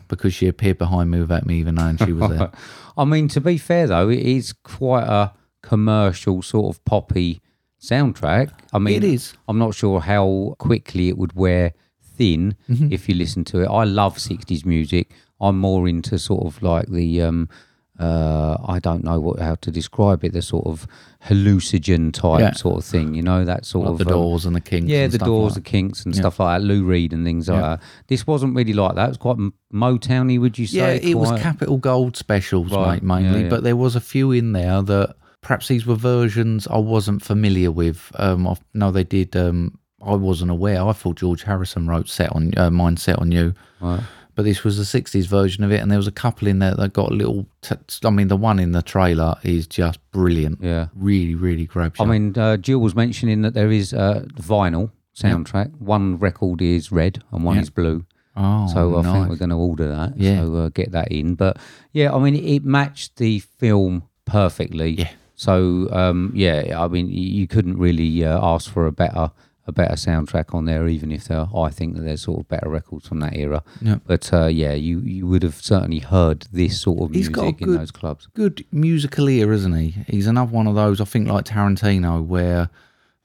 S1: because she appeared behind me without me even knowing she was there.
S2: I mean, to be fair though, it is quite a commercial sort of poppy soundtrack. I mean,
S1: It is.
S2: I'm not sure how quickly it would wear thin
S1: Mm-hmm.
S2: if you listen to it. I love 60s music. I'm more into sort of like the um, uh, I don't know what how to describe it. The sort of hallucinogen type
S1: Yeah.
S2: sort of thing. You know that sort
S1: Like
S2: of
S1: the
S2: um,
S1: doors and the kinks.
S2: yeah,
S1: and
S2: the
S1: stuff
S2: Doors,
S1: like
S2: the Kinks, and stuff like that. Lou Reed and things like that. This wasn't really like that. It was quite m- Motowny, would you say?
S1: Yeah, it was
S2: Quite-
S1: Capital Gold specials,
S2: Right,
S1: mate, mainly.
S2: yeah, yeah.
S1: But there was a few in there that perhaps these were versions I wasn't familiar with. Um, I no, they did. Um, I wasn't aware. I thought George Harrison wrote "Set on uh, Mine Set on You," but this was the 60s version of it. And there was a couple in there that got a little. T- I mean, the one in the trailer is just brilliant.
S2: Yeah.
S1: Really, really grabs you.
S2: I mean, uh, Jill was mentioning that there is uh, vinyl soundtrack. One record is red and one is blue.
S1: oh,
S2: So I think
S1: nice.
S2: we're going to order that.
S1: Yeah.
S2: So uh, get that in. But yeah, I mean, it matched the film perfectly.
S1: Yeah.
S2: So um, yeah, I mean, y- you couldn't really uh, ask for a better a better soundtrack on there, even if there. I think that there's sort of better records from that era.
S1: Yeah.
S2: But uh, yeah, you you would have certainly heard this sort of
S1: He's
S2: music
S1: got a
S2: in
S1: good-
S2: those clubs.
S1: good musical ear, isn't he? He's another one of those, I think, like Tarantino, where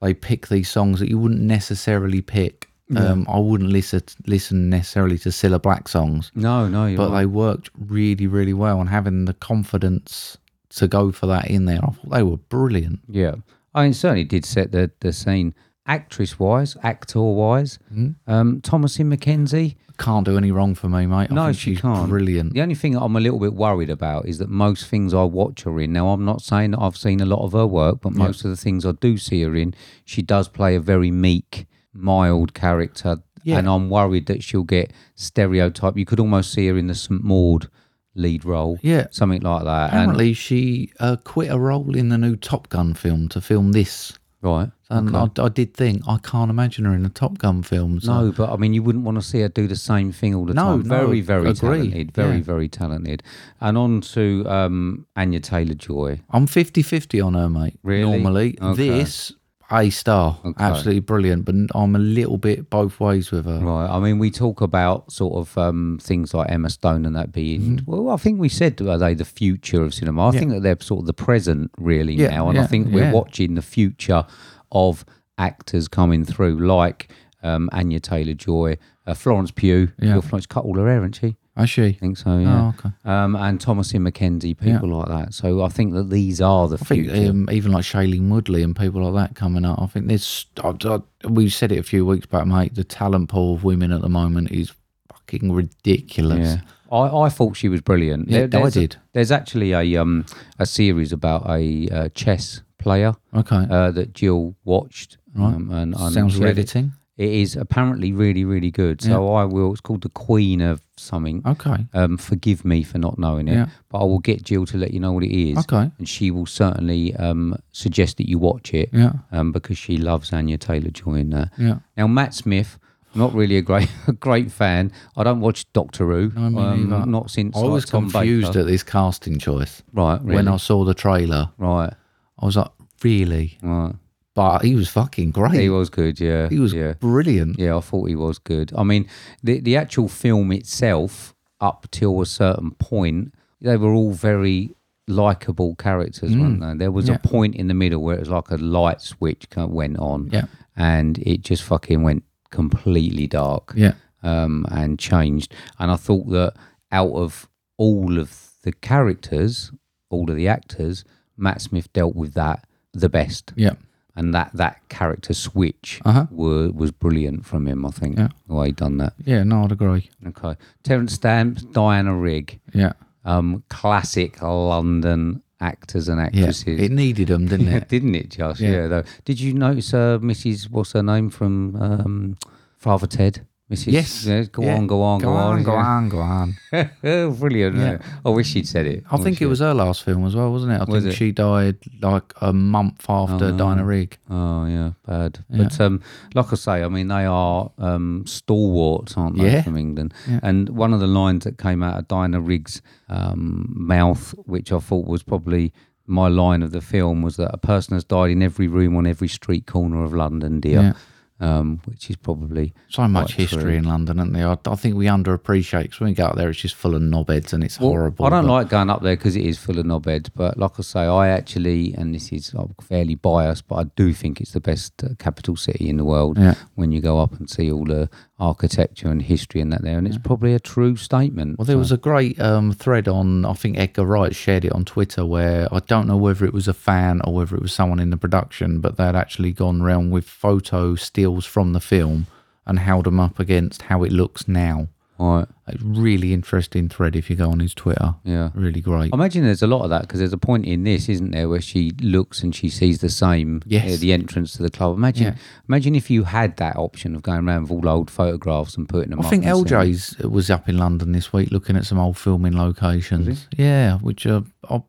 S1: they pick these songs that you wouldn't necessarily pick. Um, I wouldn't listen listen necessarily to Cilla Black songs,
S2: No, no, you're
S1: but
S2: right.
S1: they worked really, really well. And having the confidence to go for that in there, I thought they were brilliant.
S2: Yeah, I mean, it certainly did set the the scene. Actress wise, actor wise,
S1: Hmm?
S2: um, Thomasin McKenzie.
S1: Can't do any wrong for me, mate. I
S2: no,
S1: think
S2: she
S1: she's
S2: can't.
S1: Brilliant.
S2: The only thing I'm a little bit worried about is that most things I watch her in. Now, I'm not saying that I've seen a lot of her work, but most of the things I do see her in, she does play a very meek, mild character.
S1: Yeah.
S2: And I'm worried that she'll get stereotyped. You could almost see her in the St. Maud lead role.
S1: Yeah.
S2: Something like that.
S1: Apparently, she uh, quit a role in the new Top Gun film to film this.
S2: And, right.
S1: And I, I did think I can't imagine her in a Top Gun film. So
S2: No, but I mean, you wouldn't want to see her do the same thing all the
S1: No,
S2: time. Very,
S1: no,
S2: very
S1: agree.
S2: talented. Very,
S1: Yeah.
S2: very talented. And on to um, Anya Taylor Joy.
S1: I'm 50 50 on her, mate.
S2: Really?
S1: Normally.
S2: Okay.
S1: This, A star. Absolutely brilliant. But I'm a little bit both ways with her.
S2: Right. I mean, we talk about sort of um, things like Emma Stone and that being.
S1: Mm-hmm.
S2: Well, I think we said are they the future of cinema? I think that they're sort of the present really
S1: Yeah,
S2: now, and I
S1: yeah,
S2: think we're
S1: yeah.
S2: watching the future of actors coming through, like um, Anya Taylor Joy, uh, Florence Pugh.
S1: Yeah. Oh,
S2: Well, Florence cut all her hair, hasn't she?
S1: Is she?
S2: I think so. Yeah.
S1: okay.
S2: Um, and Thomasin McKenzie, people like that. So I think that these are the
S1: I think
S2: future.
S1: um, even like Shailene Woodley and people like that coming up, I think there's. I, I, we said it a few weeks back, mate. The talent pool of women at the moment is fucking ridiculous.
S2: Yeah. I, I thought she was brilliant.
S1: Yeah, I
S2: there's a-
S1: did.
S2: there's actually a um a series about a uh, chess player
S1: Okay.
S2: uh, that Jill watched. Um, and, and
S1: Sounds
S2: she had it.
S1: riveting.
S2: It is apparently really really good. So I will. It's called the Queen of something.
S1: Okay.
S2: Um, forgive me for not knowing it,
S1: Yeah.
S2: but I will get Jill to let you know what it is.
S1: Okay.
S2: And she will certainly um, suggest that you watch it
S1: Yeah.
S2: um, because she loves Anya Taylor Joy in that.
S1: Yeah.
S2: Now Matt Smith, not really a great a great fan. I don't watch Doctor Who. Um,
S1: I mean, either.
S2: not since
S1: I was
S2: like, Tom
S1: confused
S2: Baker.
S1: at this casting choice.
S2: right
S1: When
S2: really.
S1: I saw the trailer,
S2: right
S1: I was like, really?
S2: right.
S1: But he was fucking great.
S2: He was good. Yeah,
S1: He was
S2: yeah.
S1: brilliant.
S2: Yeah, I thought he was good. I mean, the the actual film itself, up till a certain point, they were all very likable characters, weren't they? There was
S1: Mm. Yeah.
S2: a point in the middle where it was like a light switch kind of went on,
S1: Yeah.
S2: and it just fucking went completely dark,
S1: Yeah.
S2: um, and changed. And I thought that out of all of the characters, all of the actors, Matt Smith dealt with that the best
S1: Yeah.
S2: and that that character switch
S1: Uh-huh.
S2: were, was brilliant from him. I think
S1: Yeah.
S2: the way he done that.
S1: Yeah, no, I'd agree.
S2: Okay, Terence Stamp, Diana Rigg,
S1: Yeah.
S2: um, classic London actors and
S1: Yeah.
S2: actresses.
S1: It needed them, didn't it?
S2: Didn't it just? Yeah.
S1: Yeah.
S2: though. Did you notice uh, Mrs. What's her name from um, Father Ted? Mrs.
S1: yes.
S2: Yeah, go
S1: Yeah.
S2: on, go on, go, on,
S1: Go on, go on.
S2: yeah. Brilliant.
S1: Yeah.
S2: I wish she'd said it.
S1: I think it was her last film as well, wasn't it? I
S2: Oh, Was
S1: think
S2: it?
S1: she died like a month after Dinah Rigg.
S2: Oh yeah, bad. But um, like I say, I mean they are um, stalwarts, aren't they,
S1: Yeah.
S2: from England?
S1: Yeah.
S2: And one of the lines that came out of Dinah Rigg's um, mouth, which I thought was probably my line of the film, was that a person has died in every room on every street corner of London, dear. Um, which is probably
S1: So much
S2: Quite
S1: history
S2: true.
S1: in London, isn't there? I, I think we underappreciate because when we go out there, it's just full of knobheads and it's
S2: Well,
S1: horrible.
S2: I don't
S1: but-
S2: like going up there because it is full of knobheads. But like I say, I actually, and this is I'm fairly biased, but I do think it's the best uh, capital city in the world.
S1: Yeah.
S2: When you go up and see all the architecture and history and that there, and it's probably a true statement.
S1: Well, there was a great um, thread on, I think Edgar Wright shared it on Twitter, where I don't know whether it was a fan or whether it was someone in the production, but they'd actually gone round with photo stills from the film and held them up against how it looks now.
S2: Right.
S1: A really interesting thread if you go on his Twitter.
S2: Yeah.
S1: Really great.
S2: I imagine there's a lot of that because there's a point in this, isn't there, where she looks and she sees the same
S1: Yes.
S2: at the entrance to the club. Imagine,
S1: Yeah.
S2: imagine if you had that option of going around with all old photographs and putting them.
S1: I
S2: up
S1: think
S2: and seeing-
S1: LJ's was up in London this week looking at some old filming locations. Yeah, which uh, I'll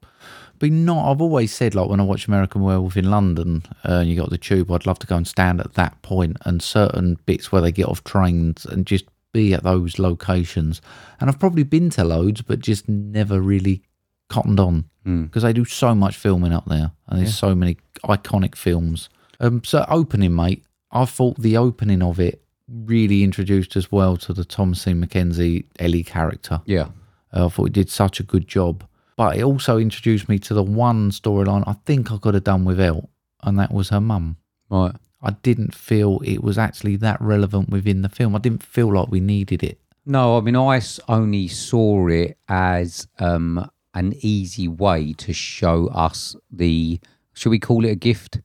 S1: be not. I've always said, like, when I watch American Werewolf in London uh, and you got the tube, I'd love to go and stand at that point and certain bits where they get off trains and just be at those locations. And I've probably been to loads, but just never really cottoned on because they do so much filming up there and there's so many iconic films. Um, so opening, mate, I thought the opening of it really introduced as well to the Tom C. McKenzie Ellie character.
S2: Yeah.
S1: Uh, I thought it did such a good job, but it also introduced me to the one storyline I think I could have done without, and that was her mum.
S2: Right.
S1: I didn't feel it was actually that relevant within the film. I didn't feel like we needed it.
S2: No, I mean, I s- only saw it as um, an easy way to show us the. Should we call it a gift?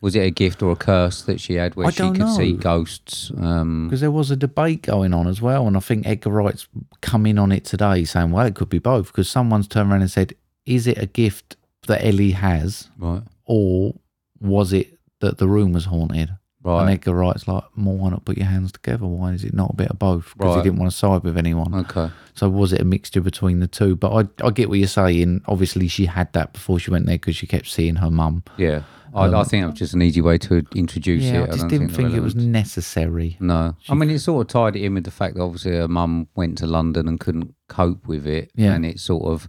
S2: Was it a gift or a curse that she had where
S1: I
S2: she
S1: don't
S2: could see
S1: know.
S2: ghosts? Um,
S1: because there was a debate going on as well. And I think Edgar Wright's come in on it today saying, well, it could be both because someone's turned around and said, is it a gift that Ellie has
S2: right.
S1: or was it that the room was haunted? And
S2: Right.
S1: Edgar Wright's like, more why not put your hands together? Why is it not a bit of both? Because he
S2: Right.
S1: didn't want to side with anyone.
S2: Okay.
S1: So was it a mixture between the two? But I, I get what you're saying. Obviously, she had that before she went there because she kept seeing her mum.
S2: Yeah. I, I think that was just an easy way to introduce
S1: Um, Yeah,
S2: it.
S1: I just
S2: don't
S1: didn't
S2: the
S1: think it was
S2: relevance-
S1: necessary.
S2: No, I mean it sort of tied it in with the fact that obviously her mum went to London and couldn't cope with it,
S1: Yeah.
S2: and it sort of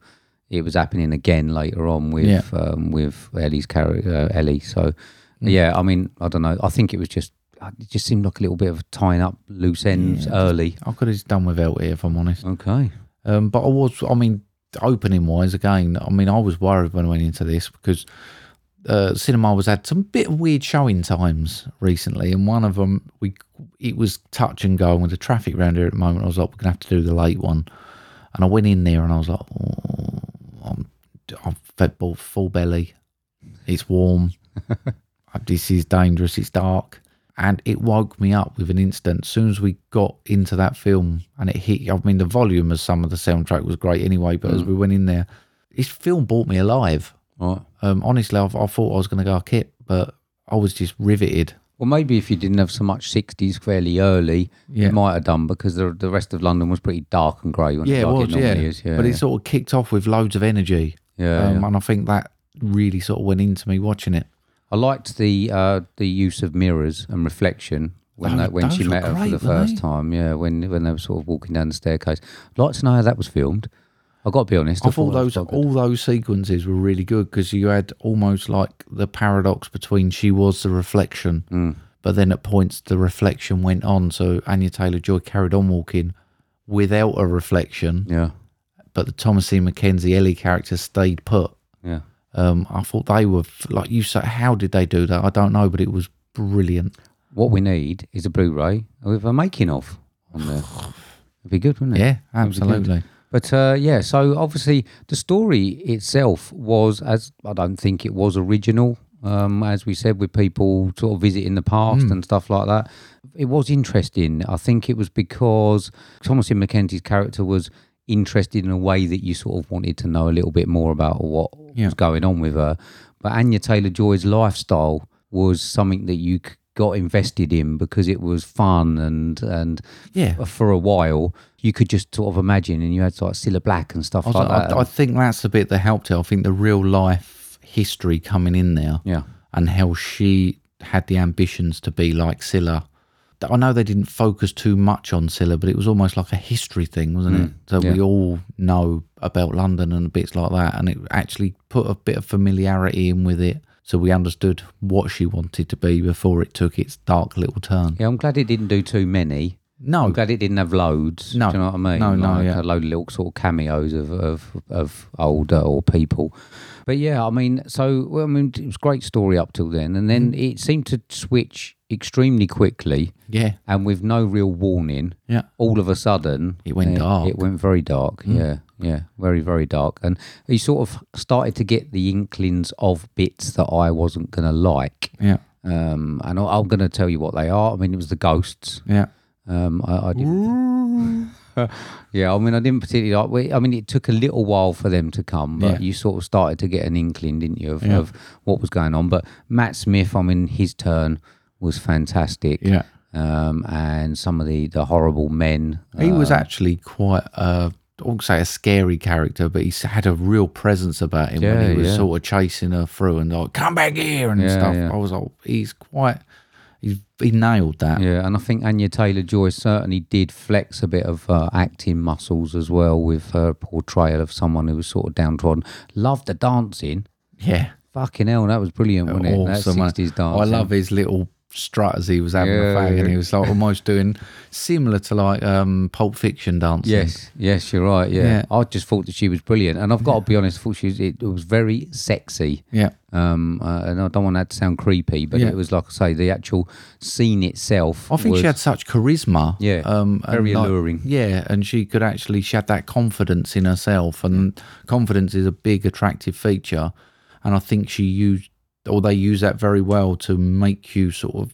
S2: it was happening again later on with
S1: Yeah.
S2: um, with Ellie's character uh, Ellie. So yeah, I mean I don't know. I think it was just it just seemed like a little bit of tying up loose ends early.
S1: I could have just done without it if I'm honest.
S2: Okay,
S1: Um, but I was, I mean, opening wise, again, I mean, I was worried when I went into this because uh, cinema was had some bit of weird showing times recently, and one of them we it was touch and go, and with the traffic around here at the moment, I was like, we're gonna have to do the late one, and I went in there and I was like, oh, I'm, I'm fed full, full belly, it's warm, this is dangerous, it's dark. And it woke me up with an instant. As soon as we got into that film and it hit, I mean, the volume of some of the soundtrack was great anyway, but
S2: Mm.
S1: as we went in there, this film brought me alive.
S2: right.
S1: Um, honestly, I, I thought I was going to go a kip, but I was just riveted.
S2: Well, maybe if you didn't have so much sixties fairly early,
S1: Yeah.
S2: you might have done because the the rest of London was pretty dark and grey. wasn't like normally is. yeah
S1: but
S2: yeah.
S1: it sort of kicked off with loads of energy.
S2: Yeah,
S1: um,
S2: yeah.
S1: And I think that really sort of went into me watching it.
S2: I liked the uh, the use of mirrors and reflection when
S1: Those-
S2: that, when she
S1: Oh, those were
S2: met her for
S1: great,
S2: the
S1: weren't
S2: first
S1: they?
S2: time. Yeah, when when they were sort of walking down the staircase. I'd like to know how that was filmed. I've got to be honest.
S1: I thought
S2: that was
S1: those
S2: quite good.
S1: all those sequences were really good because you had almost like the paradox between she was the reflection,
S2: Mm.
S1: but then at points the reflection went on. So Anya Taylor Joy carried on walking without a reflection,
S2: Yeah,
S1: but the Thomas C. Mackenzie Ellie character stayed put.
S2: yeah.
S1: Um, I thought they were f- like you said. How did they do that? I don't know, but it was brilliant.
S2: What we need is a Blu-ray with a making of on there. It'd be good, wouldn't it?
S1: Yeah,
S2: That'd be good.
S1: absolutely.
S2: But uh, yeah, so obviously the story itself was, as I don't think it was original, um, as we said, with people sort of visiting the past and stuff like that. It was interesting. I think it was because Thomas in Mackenzie's character was interested in a way that you sort of wanted to know a little bit more about what
S1: Yeah.
S2: was going on with her. But Anya Taylor Joy's lifestyle was something that you c- got invested in because it was fun and and
S1: Yeah.
S2: for a while, you could just sort of imagine, and you had like Cilla Black and stuff
S1: I, was
S2: like
S1: like,
S2: that.
S1: I, I think that's the bit that helped it. I think the real life history coming in there.
S2: yeah,
S1: and how she had the ambitions to be like Scylla. I know they didn't focus too much on Scylla, but it was almost like a history thing, wasn't it? So we
S2: Mm, yeah.
S1: all know about London and bits like that, and it actually put a bit of familiarity in with it. So we understood what she wanted to be before it took its dark little turn.
S2: yeah. I'm glad it didn't do too many.
S1: No,
S2: I'm glad it didn't have loads.
S1: No.
S2: do you know what I mean?
S1: No, no,
S2: Like,
S1: yeah.
S2: A load of little sort of cameos of, of of older or people. But yeah, I mean, so well, I mean, it was a great story up till then, and then
S1: Mm-hmm.
S2: it seemed to switch extremely quickly,
S1: yeah,
S2: and with no real warning.
S1: yeah,
S2: all of a sudden eh,
S1: It went dark. Hmm.
S2: It went very dark. Yeah, yeah, very very dark. And you sort of started to get the inklings of bits that I wasn't going to like.
S1: yeah,
S2: Um, and I, I'm going to tell you what they are. I mean, it was the ghosts.
S1: yeah.
S2: Um, I, I didn't. yeah, I mean, I didn't particularly like. we- I mean, it took a little while for them to come, but
S1: Yeah.
S2: you sort of started to get an inkling, didn't you, of, of what was going on? But Matt Smith, I mean, his turn was fantastic.
S1: Yeah.
S2: Um, and some of the the horrible men.
S1: He was
S2: Um,
S1: actually quite a, I wouldn't say a scary character, but he s- had a real presence about him when
S2: Yeah,
S1: he was
S2: yeah.
S1: sort of chasing her through and like, come back here and
S2: Yeah,
S1: stuff.
S2: yeah.
S1: I was like, he's quite, he's, he nailed that.
S2: Yeah, and I think Anya Taylor Joy certainly did flex a bit of uh, acting muscles as well with her portrayal of someone who was sort of downtrodden. Loved the dancing.
S1: Yeah.
S2: Fucking hell, that was brilliant, wasn't it? That
S1: Awesome.
S2: 60s dancing.
S1: I love his little strut as he was having
S2: Yeah.
S1: a fag and he was like almost doing similar to like um, Pulp Fiction dancing.
S2: Yes, yes, you're right. Yeah.
S1: Yeah.
S2: I just thought that she was brilliant, and I've got to be honest, I thought she was, it was very sexy.
S1: Yeah.
S2: Um, uh, and I don't want that to sound creepy, but
S1: Yeah.
S2: it was like I say, the actual scene itself.
S1: I think
S2: was,
S1: she had such charisma. um,
S2: Yeah,
S1: and
S2: very
S1: like-
S2: alluring.
S1: Yeah, and she could actually she had that confidence in herself, and confidence is a big attractive feature. And I think she used, or they use that very well to make you sort of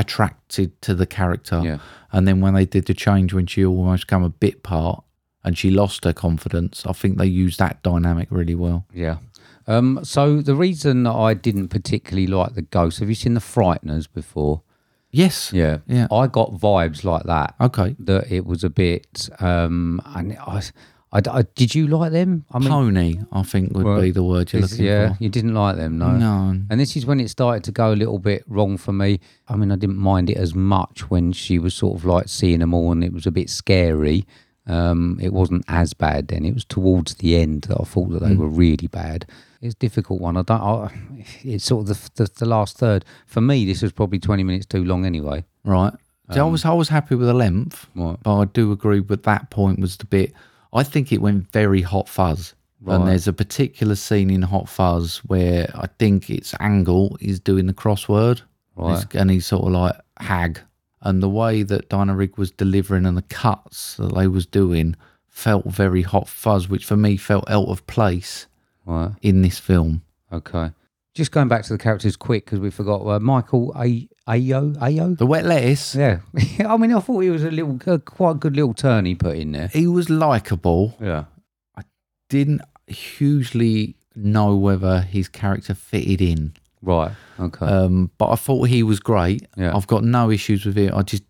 S1: attracted to the character.
S2: Yeah.
S1: And then when they did the change, when she almost became a bit part and she lost her confidence, I think they used that dynamic really well.
S2: Yeah. Um, so the reason that I didn't particularly like the ghost. Have you seen the Frighteners before?
S1: Yes.
S2: Yeah.
S1: Yeah. Oh.
S2: I got vibes like that.
S1: Okay.
S2: That it was a bit. Um, and I, I, I- did you like them? I
S1: Pony, I think, would
S2: Well,
S1: be the word you're
S2: This-
S1: looking
S2: yeah,
S1: for.
S2: you didn't like them, no.
S1: No.
S2: And this is when it started to go a little bit wrong for me. I mean, I didn't mind it as much when she was sort of like seeing them all, and it was a bit scary. Um, it wasn't as bad then. It was towards the end that I thought that
S1: Mm.
S2: they were really bad. It's a difficult one. I don't. I, it's sort of the, the the last third for me. This was probably twenty minutes too long anyway.
S1: Right. See, I was I was happy with the length,
S2: Um, Right.
S1: but I do agree with that point was the bit. I think it went very hot fuzz.
S2: Right.
S1: And there's a particular scene in Hot Fuzz where I think it's Angle is doing the crossword, and, he's, and he's sort of like hag, and the way that Dinah Rigg was delivering and the cuts that they was doing felt very Hot Fuzz, which for me felt out of place
S2: Right.
S1: in this film.
S2: Okay. Just going back to the characters quick because we forgot uh, Michael A Ayo Ayo.
S1: The wet lettuce,
S2: Yeah, I mean, I thought he was a little, a quite good little turn he put in there.
S1: he was likable.
S2: Yeah,
S1: didn't hugely know whether his character fitted in,
S2: right. Okay.
S1: um, but I thought he was great.
S2: Yeah.
S1: I've got no issues with it. I just,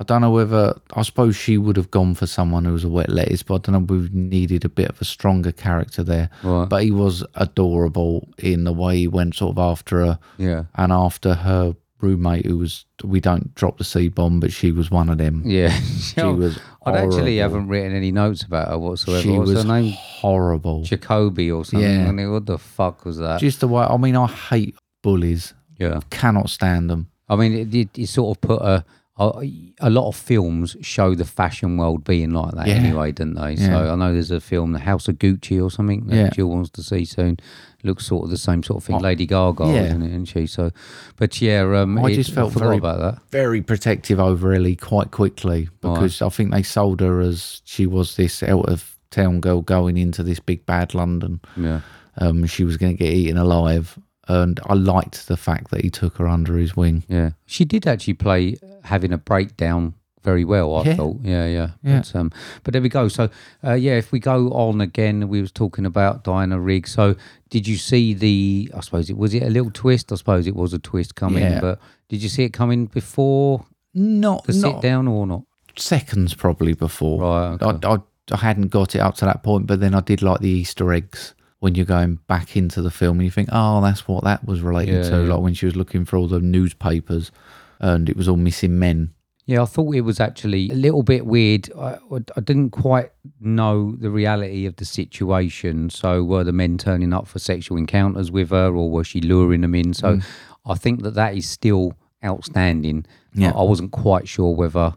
S1: I don't know whether I suppose she would have gone for someone who was a wet lettuce, but I don't know. We needed a bit of a stronger character there.
S2: Right.
S1: But he was adorable in the way he went sort of after her
S2: yeah,
S1: and after her roommate, who was we don't drop the c bomb, but she was one of them.
S2: yeah.
S1: She was.
S2: I actually
S1: horrible.
S2: haven't written any notes about her whatsoever.
S1: She
S2: What's
S1: was
S2: her name?
S1: horrible.
S2: Jacoby or something.
S1: Yeah.
S2: And it- what the fuck was that?
S1: Just the way. I mean, I hate bullies.
S2: yeah.
S1: Cannot stand them.
S2: I mean, it, it, it sort of put a, a a lot of films show the fashion world being like that
S1: Yeah.
S2: anyway, didn't they? So I know there's a film, The House of Gucci or something that
S1: Yeah. Oh,
S2: Jill wants to see soon. Looks sort of the same sort of thing. Lady Gaga,
S1: yeah.
S2: isn't it? And she so, but yeah, um,
S1: I
S2: it-
S1: just felt
S2: forgot
S1: very-
S2: about that.
S1: Very protective over Ellie quite quickly because I think they sold her as she was this out of town girl going into this big bad London.
S2: Yeah.
S1: Um, she was going to get eaten alive, and I liked the fact that he took her under his wing.
S2: Yeah, she did actually play uh, having a breakdown very well. I
S1: Yeah.
S2: thought, yeah, yeah,
S1: Yeah.
S2: But, um, but there we go. So, uh, yeah, if we go on again, we was talking about Diana Rigg. So, did you see the? I suppose it was it a little twist. I suppose it was a twist coming,
S1: Yeah.
S2: but did you see it coming before
S1: Not,
S2: the sit
S1: not
S2: down or not?
S1: seconds probably before.
S2: Right, okay.
S1: I, I, I hadn't got it up to that point, but then I did like the Easter eggs when you're going back into the film and you think, oh, that's what that was related
S2: Yeah,
S1: to.
S2: yeah.
S1: Like when she was looking for all the newspapers and it was all missing men.
S2: Yeah, I thought it was actually a little bit weird. I, I didn't quite know the reality of the situation. So, were the men turning up for sexual encounters with her, or was she luring them in?
S1: Mm.
S2: So, I think that that is still outstanding.
S1: Yeah.
S2: I, I wasn't quite sure whether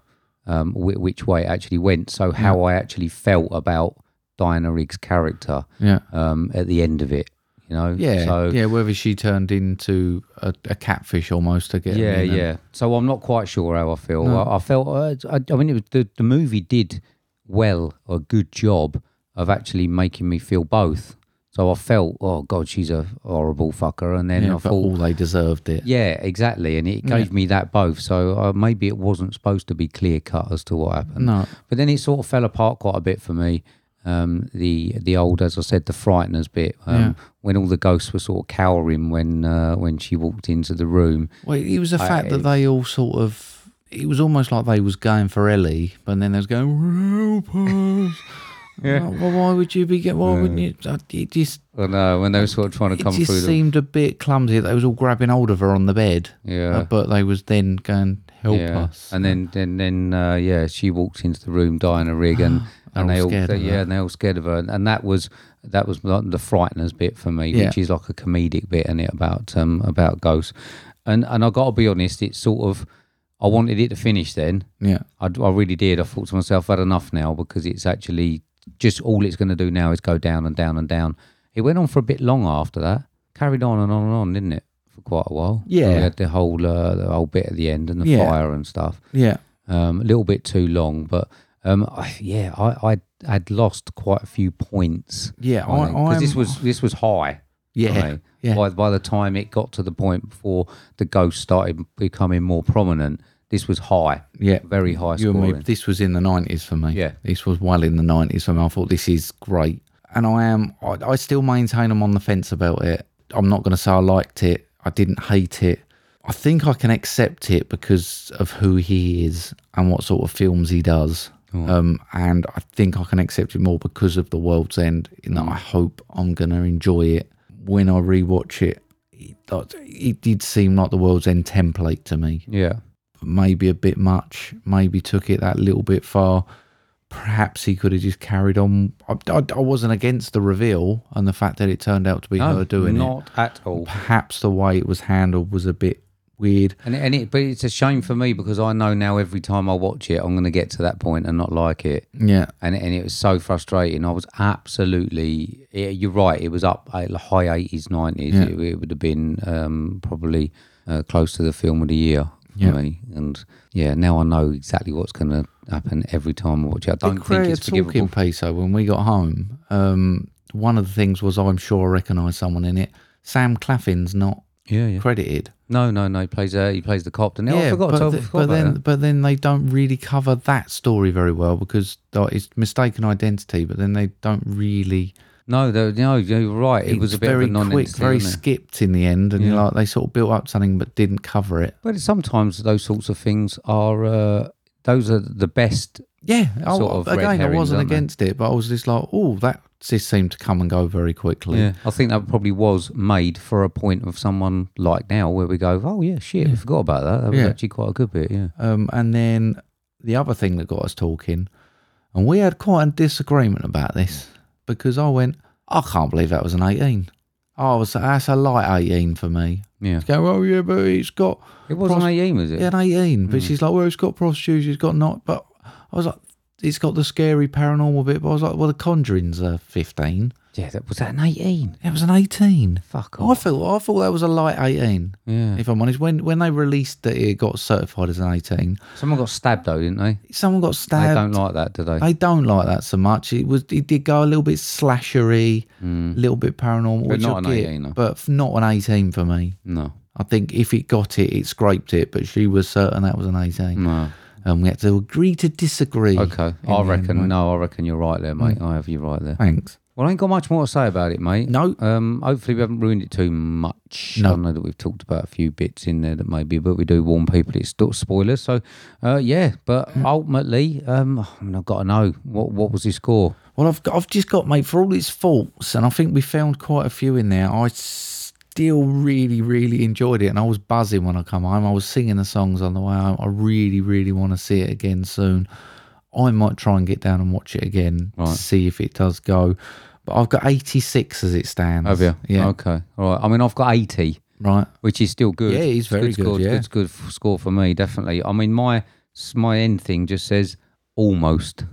S2: um, whi which way it actually went. So, how I actually felt about Diana Riggs' character
S1: Yeah.
S2: um, at the end of it, you know?
S1: Yeah,
S2: So,
S1: yeah. Whether she turned into a, a catfish almost to get
S2: Yeah,
S1: in and-
S2: yeah. So I'm not quite sure how I feel. I, I felt. Uh, I, I mean, it was, the the movie did well, a good job of actually making me feel both. So I felt, oh God, she's a horrible fucker. And then
S1: Yeah,
S2: I
S1: but
S2: thought,
S1: all they deserved it.
S2: yeah, exactly. And it gave me that both. So uh, maybe it wasn't supposed to be clear cut as to what happened.
S1: No.
S2: But then it sort of fell apart quite a bit for me. Um, the the old, as I said, the frighteners bit um,
S1: Yeah.
S2: when all the ghosts were sort of cowering when uh, when she walked into the room.
S1: Well, it was the fact that they all sort of. It was almost like they was going for Ellie, but then they was going help us. yeah. Well, why would you be? Get, why wouldn't you? uh, It just.
S2: Well, no, uh, when they were sort of trying to
S1: It
S2: come through.
S1: just seemed a bit clumsy. They was all grabbing hold of her on the bed.
S2: Yeah.
S1: uh, but they was then going help
S2: yeah.
S1: us.
S2: And then then then uh, yeah, she walked into the room, Diana Rigg, and and
S1: They're
S2: they
S1: all
S2: all
S1: scared of her.
S2: yeah, and they all scared of her, and, and that was that was like the frighteners bit for me,
S1: Yeah.
S2: which is like a comedic bit in it about um about ghosts, and and I got to be honest, it's sort of I wanted it to finish then.
S1: yeah.
S2: I, d- I really did. I thought to myself, I've had enough now because it's actually just all it's going to do now is go down and down and down. It went on for a bit long after that. Carried on and on and on, didn't it? For quite a while.
S1: Yeah.
S2: We had the whole uh, the whole bit at the end and the
S1: Yeah.
S2: fire and stuff.
S1: Yeah.
S2: Um, a little bit too long, but um, I, yeah, I I had lost quite a few points.
S1: Yeah, I-
S2: because this
S1: I'm-
S2: was this was high.
S1: Yeah,
S2: right?
S1: yeah.
S2: By by the time it got to the point before the ghost started becoming more prominent, this was high.
S1: Yeah.
S2: very high
S1: You and me,
S2: scoring.
S1: this was in the nineties for me.
S2: Yeah.
S1: this was well in the nineties for me. I thought this is great, and I am. I, I still maintain I'm on the fence about it. I'm not going to say I liked it. I didn't hate it. I think I can accept it because of who he is and what sort of films he does. Um, and I think I can accept it more because of the world's end. In
S2: Mm.
S1: that, I hope I'm going to enjoy it when I rewatch it. It, it did seem like the world's end template to me
S2: Yeah.
S1: maybe a bit much, maybe took it that little bit far. Perhaps he could have just carried on. I, I, I wasn't against the reveal and the fact that it turned out to be her doing it.
S2: not at all.
S1: Perhaps the way it was handled was a bit weird.
S2: And, and it, but it's a shame for me because I know now every time I watch it, I'm going to get to that point and not like it.
S1: Yeah,
S2: And and it was so frustrating. I was absolutely. yeah, you're right. It was up uh, the high 80s, 90s. It, it would have been um, probably uh, close to the film of the year for me. And yeah, now I know exactly what's going to happen every time I watch it. I don't think
S1: created
S2: it's forgivable.
S1: talking piece though when we got home. Um, one of the things was I'm sure I recognise someone in it. Sam Claffin's not
S2: Yeah, yeah.
S1: credited.
S2: No, no, no. He plays. Uh, he plays the cop. And I forgot.
S1: but,
S2: to I
S1: th-
S2: forgot
S1: but
S2: about
S1: then
S2: that.
S1: but then they don't really cover that story very well because like, it's mistaken identity, but then they don't really.
S2: No, there, no, you're right. It
S1: it's
S2: was a bit
S1: very
S2: of a non
S1: quick, very skipped in the end, and you're like they sort of built up something but didn't cover it.
S2: But sometimes those sorts of things are uh, those are the best.
S1: Yeah, oh, I,
S2: Sort of red
S1: again, I
S2: herrings,
S1: wasn't
S2: aren't they?
S1: against it, but I was just like, oh, that just seemed to come and go very quickly.
S2: I think that probably was made for a point of someone like now where we go, oh yeah, shit, we forgot about that. That was
S1: Yeah.
S2: actually quite a good bit. Yeah,
S1: Um, and then the other thing that got us talking, and we had quite a disagreement about this because I went, I can't believe that was an 18. Oh, was, that's a light 18 for me.
S2: yeah.
S1: She's going, oh, yeah, but it's got.
S2: It wasn't
S1: pros-
S2: AE, was it?
S1: Yeah, an 18.
S2: Hmm.
S1: But she's like, well, it's got prostitution, it's got not. But I was like, it's got the scary paranormal bit. But I was like, well, the conjuring's a 15.
S2: yeah. That was that an eighteen.
S1: It was an 18.
S2: Fuck
S1: I
S2: off.
S1: thought I thought that was a light 18.
S2: Yeah.
S1: If I'm honest, when when they released that it got certified as an 18,
S2: Someone got stabbed though, didn't they?
S1: someone got
S2: They
S1: stabbed.
S2: don't like that, do they?
S1: They don't like that so much. It was it did go a little bit slashery, a little bit paranormal,
S2: Hmm. But
S1: which
S2: not
S1: I
S2: an
S1: get,
S2: 18, though.
S1: but f- not an eighteen for me.
S2: no.
S1: I think if it got it, it scraped it, but she was certain that was an eighteen.
S2: No.
S1: And Um, we had to agree to disagree.
S2: Okay.
S1: in
S2: I
S1: the
S2: reckon.
S1: end, mate.
S2: no, I reckon you're right there, mate. I have you right there.
S1: Thanks.
S2: Well, I ain't got much more to say about it, mate.
S1: No.
S2: Um, hopefully, we haven't ruined it too much.
S1: No.
S2: I know that we've talked about a few bits in there that maybe, but we do warn people it's still spoilers. So, uh, yeah. But
S1: Mm.
S2: ultimately, um, I mean, I've got to know what what was his score.
S1: Well, I've got, I've just got mate for all its faults, and I think we found quite a few in there. I still really really enjoyed it, and I was buzzing when I come home. I was singing the songs on the way home. I really really want to see it again soon. I might try and get down and watch it again to see if it does go. But I've got 86 as it stands.
S2: Have you?
S1: Yeah.
S2: Okay. All right. I mean, I've got eighty,
S1: Right.
S2: which is still good.
S1: Yeah, it is
S2: It's
S1: very good,
S2: Score. It's
S1: yeah.
S2: Good, good f- score for me, definitely. I mean, my my end thing just says almost,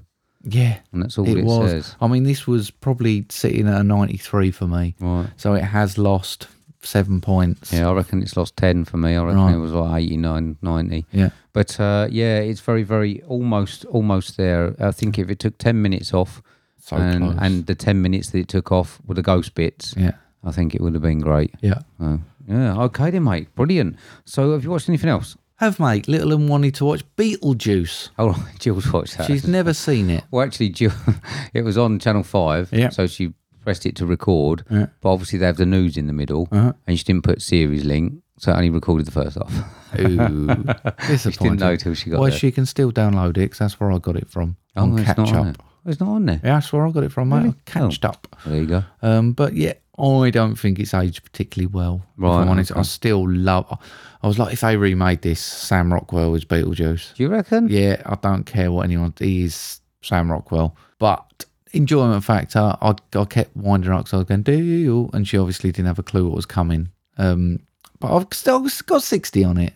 S1: Yeah.
S2: and that's all
S1: it,
S2: it,
S1: was.
S2: says.
S1: I mean, this was probably sitting at a 93 for me.
S2: Right.
S1: So it has lost seven points.
S2: Yeah, I reckon it's lost 10 for me. I reckon
S1: Right.
S2: it was like 89, 90.
S1: Yeah.
S2: But uh, yeah, it's very, very almost, almost there. I think if it took 10 minutes off
S1: So
S2: and
S1: close.
S2: and the ten minutes that it took off with the ghost bits.
S1: yeah,
S2: I think it would have been great.
S1: yeah.
S2: Uh, yeah. Okay then, mate. Brilliant. So have you watched anything else?
S1: Have mate, little and wanted to watch Beetlejuice.
S2: Oh, right, Jill's watched that.
S1: She's never seen it.
S2: well, actually, Jill, it was on Channel Five.
S1: Yeah.
S2: So she pressed it to record, but obviously they have the news in the middle,
S1: Uh-huh.
S2: and she didn't put series link, so it only recorded the first half.
S1: Ooh,
S2: she didn't
S1: disappointing.
S2: know till she got
S1: well,
S2: there.
S1: she can still download it 'cause that's where I got it from. on
S2: it's
S1: catch
S2: not
S1: up.
S2: on Oh. there. Oh, It's not on there.
S1: Yeah, that's where I got it from, mate. I catched up.
S2: There you go.
S1: Um, but yeah, I don't think it's aged particularly well. If
S2: Right,
S1: I'm honest, I
S2: okay.
S1: still love. I was like, if they remade this, Sam Rockwell is Beetlejuice.
S2: Do you reckon?
S1: Yeah, I don't care what anyone. He is Sam Rockwell, but enjoyment factor. I, I kept winding her up because I was going do, and she obviously didn't have a clue what was coming. Um, but I've still got sixty on it,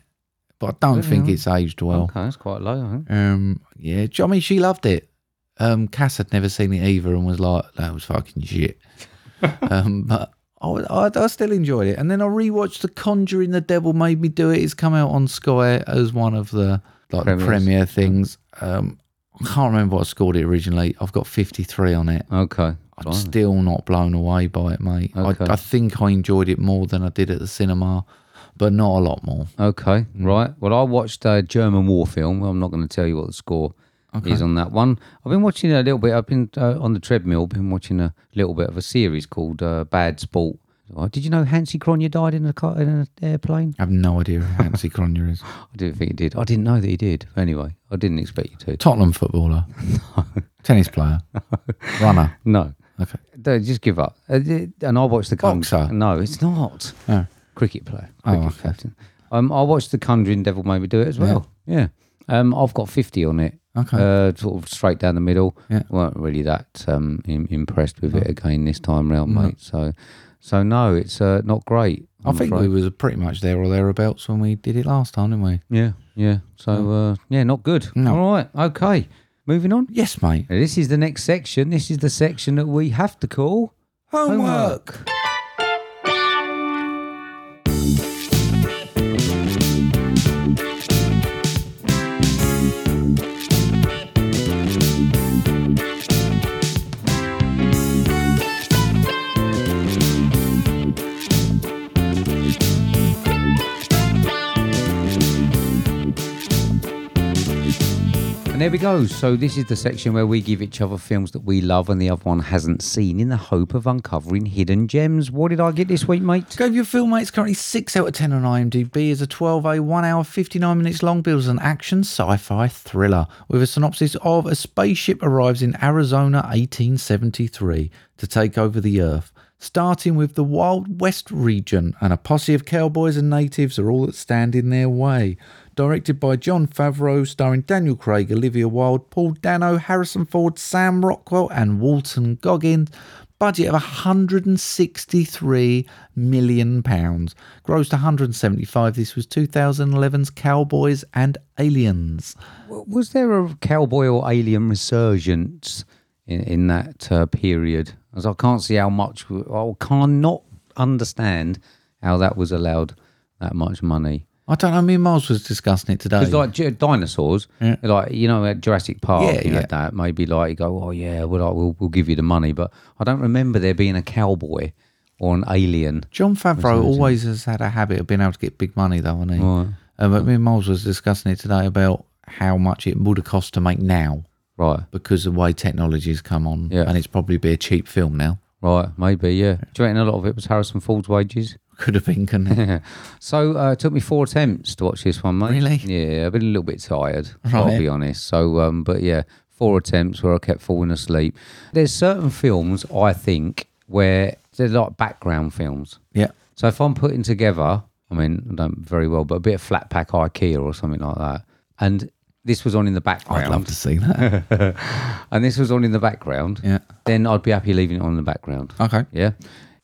S1: but I don't think it's aged well.
S2: Okay, that's quite low. I think.
S1: Um, yeah, I mean, she loved it. Um, Cass had never seen it either and was like, that was fucking shit. um, but I, was- I, I still enjoyed it. And then I rewatched The Conjuring the Devil Made Me Do It. It's come out on Sky as one of the like the
S2: Premieres.
S1: premiere things. Um, I can't remember what I scored it originally. I've got 53 on it.
S2: Okay.
S1: I'm
S2: Blimey.
S1: still not blown away by it, mate.
S2: Okay.
S1: I, I think I enjoyed it more than I did at the cinema, but not a lot more.
S2: Okay, right. Well, I watched a German war film. I'm not going to tell you what the score is on that one. I've been watching a little bit. I've been uh, on the treadmill. Been watching a little bit of a series called uh, Bad Sport. Oh, did you know Hansi Cronje died in a car in an airplane?
S1: I have no idea who Nancy Cronje is.
S2: I didn't think he did. I didn't know that he did. Anyway, I didn't expect you to.
S1: Tottenham footballer, tennis player, runner.
S2: No,
S1: Okay.
S2: Don't- just give up. Uh, d- And I watched the
S1: Boxer?
S2: Conjuring. No, it's not.
S1: Oh.
S2: Cricket player.
S1: Oh,
S2: Cricket
S1: okay.
S2: captain. Um, I watched the Conjuring. Devil made me do it as well. Yeah. Um, I've got fifty on it.
S1: Okay.
S2: Uh, sort of straight down the middle.
S1: Yeah.
S2: weren't really that um Im- impressed with it again this time round, mate. So, so no, it's uh, not great.
S1: I
S2: I'm
S1: think
S2: afraid.
S1: we was pretty much there or thereabouts when we did it last time, didn't we?
S2: Yeah, yeah. So, uh, yeah, not good.
S1: No.
S2: All right. Okay. Moving on.
S1: Yes, mate.
S2: Now, This is the next section. This is the section that we have to call. Oh, Homework. And there we go. So this is the section where we give each other films that we love and the other one hasn't seen in the hope of uncovering hidden gems. What did I get this week, mate?
S1: Gave your film, mate. It's currently 6 out of 10 on IMDb. is a 12A, 1 hour, 59 minutes long build as an action sci fi thriller with a synopsis of a spaceship arrives in Arizona 1873 to take over the Earth. Starting with the Wild West region, and a posse of cowboys and natives are all that stand in their way. Directed by John Favreau, starring Daniel Craig, Olivia Wilde, Paul Dano, Harrison Ford, Sam Rockwell, and Walton Goggins. Budget of 163 million pounds. Grossed 175. This was 2011's Cowboys and Aliens.
S2: W- Was there a cowboy or alien resurgence in, in that uh, period? As I can't see how much, I cannot understand how that was allowed that much money.
S1: I don't know. Me and Miles was discussing it today.
S2: Because like gi- dinosaurs, like you know at Jurassic Park,
S1: Yeah,
S2: you know
S1: yeah.
S2: that maybe like you go, oh yeah, well like, we'll we'll give you the money, but I don't remember there being a cowboy or an alien.
S1: John Favreau always has had a habit of being able to get big money, though, hasn't he? Uh, but me and Miles was discussing it today about how much it would have cost to make now
S2: Right,
S1: because the way technology's come on,
S2: Yeah.
S1: and it's probably be a cheap film now.
S2: right, maybe yeah. Do you reckon a lot of it was Harrison Ford's wages?
S1: Could have been, couldn't it?
S2: So uh, it took me four attempts to watch this one, mate.
S1: Really?
S2: Yeah, I've been a little bit tired. I'll
S1: Right.
S2: be honest. So, um, but yeah, four attempts where I kept falling asleep. There's certain films I think where they're like background films.
S1: yeah.
S2: So if I'm putting together, I mean, I don't very well, but a bit of flat pack IKEA or something like that, and this was on in the
S1: I'd love
S2: background,
S1: to see that.
S2: and this was on in the background,
S1: Yeah.
S2: then I'd be happy leaving it on in the background.
S1: Okay.
S2: Yeah.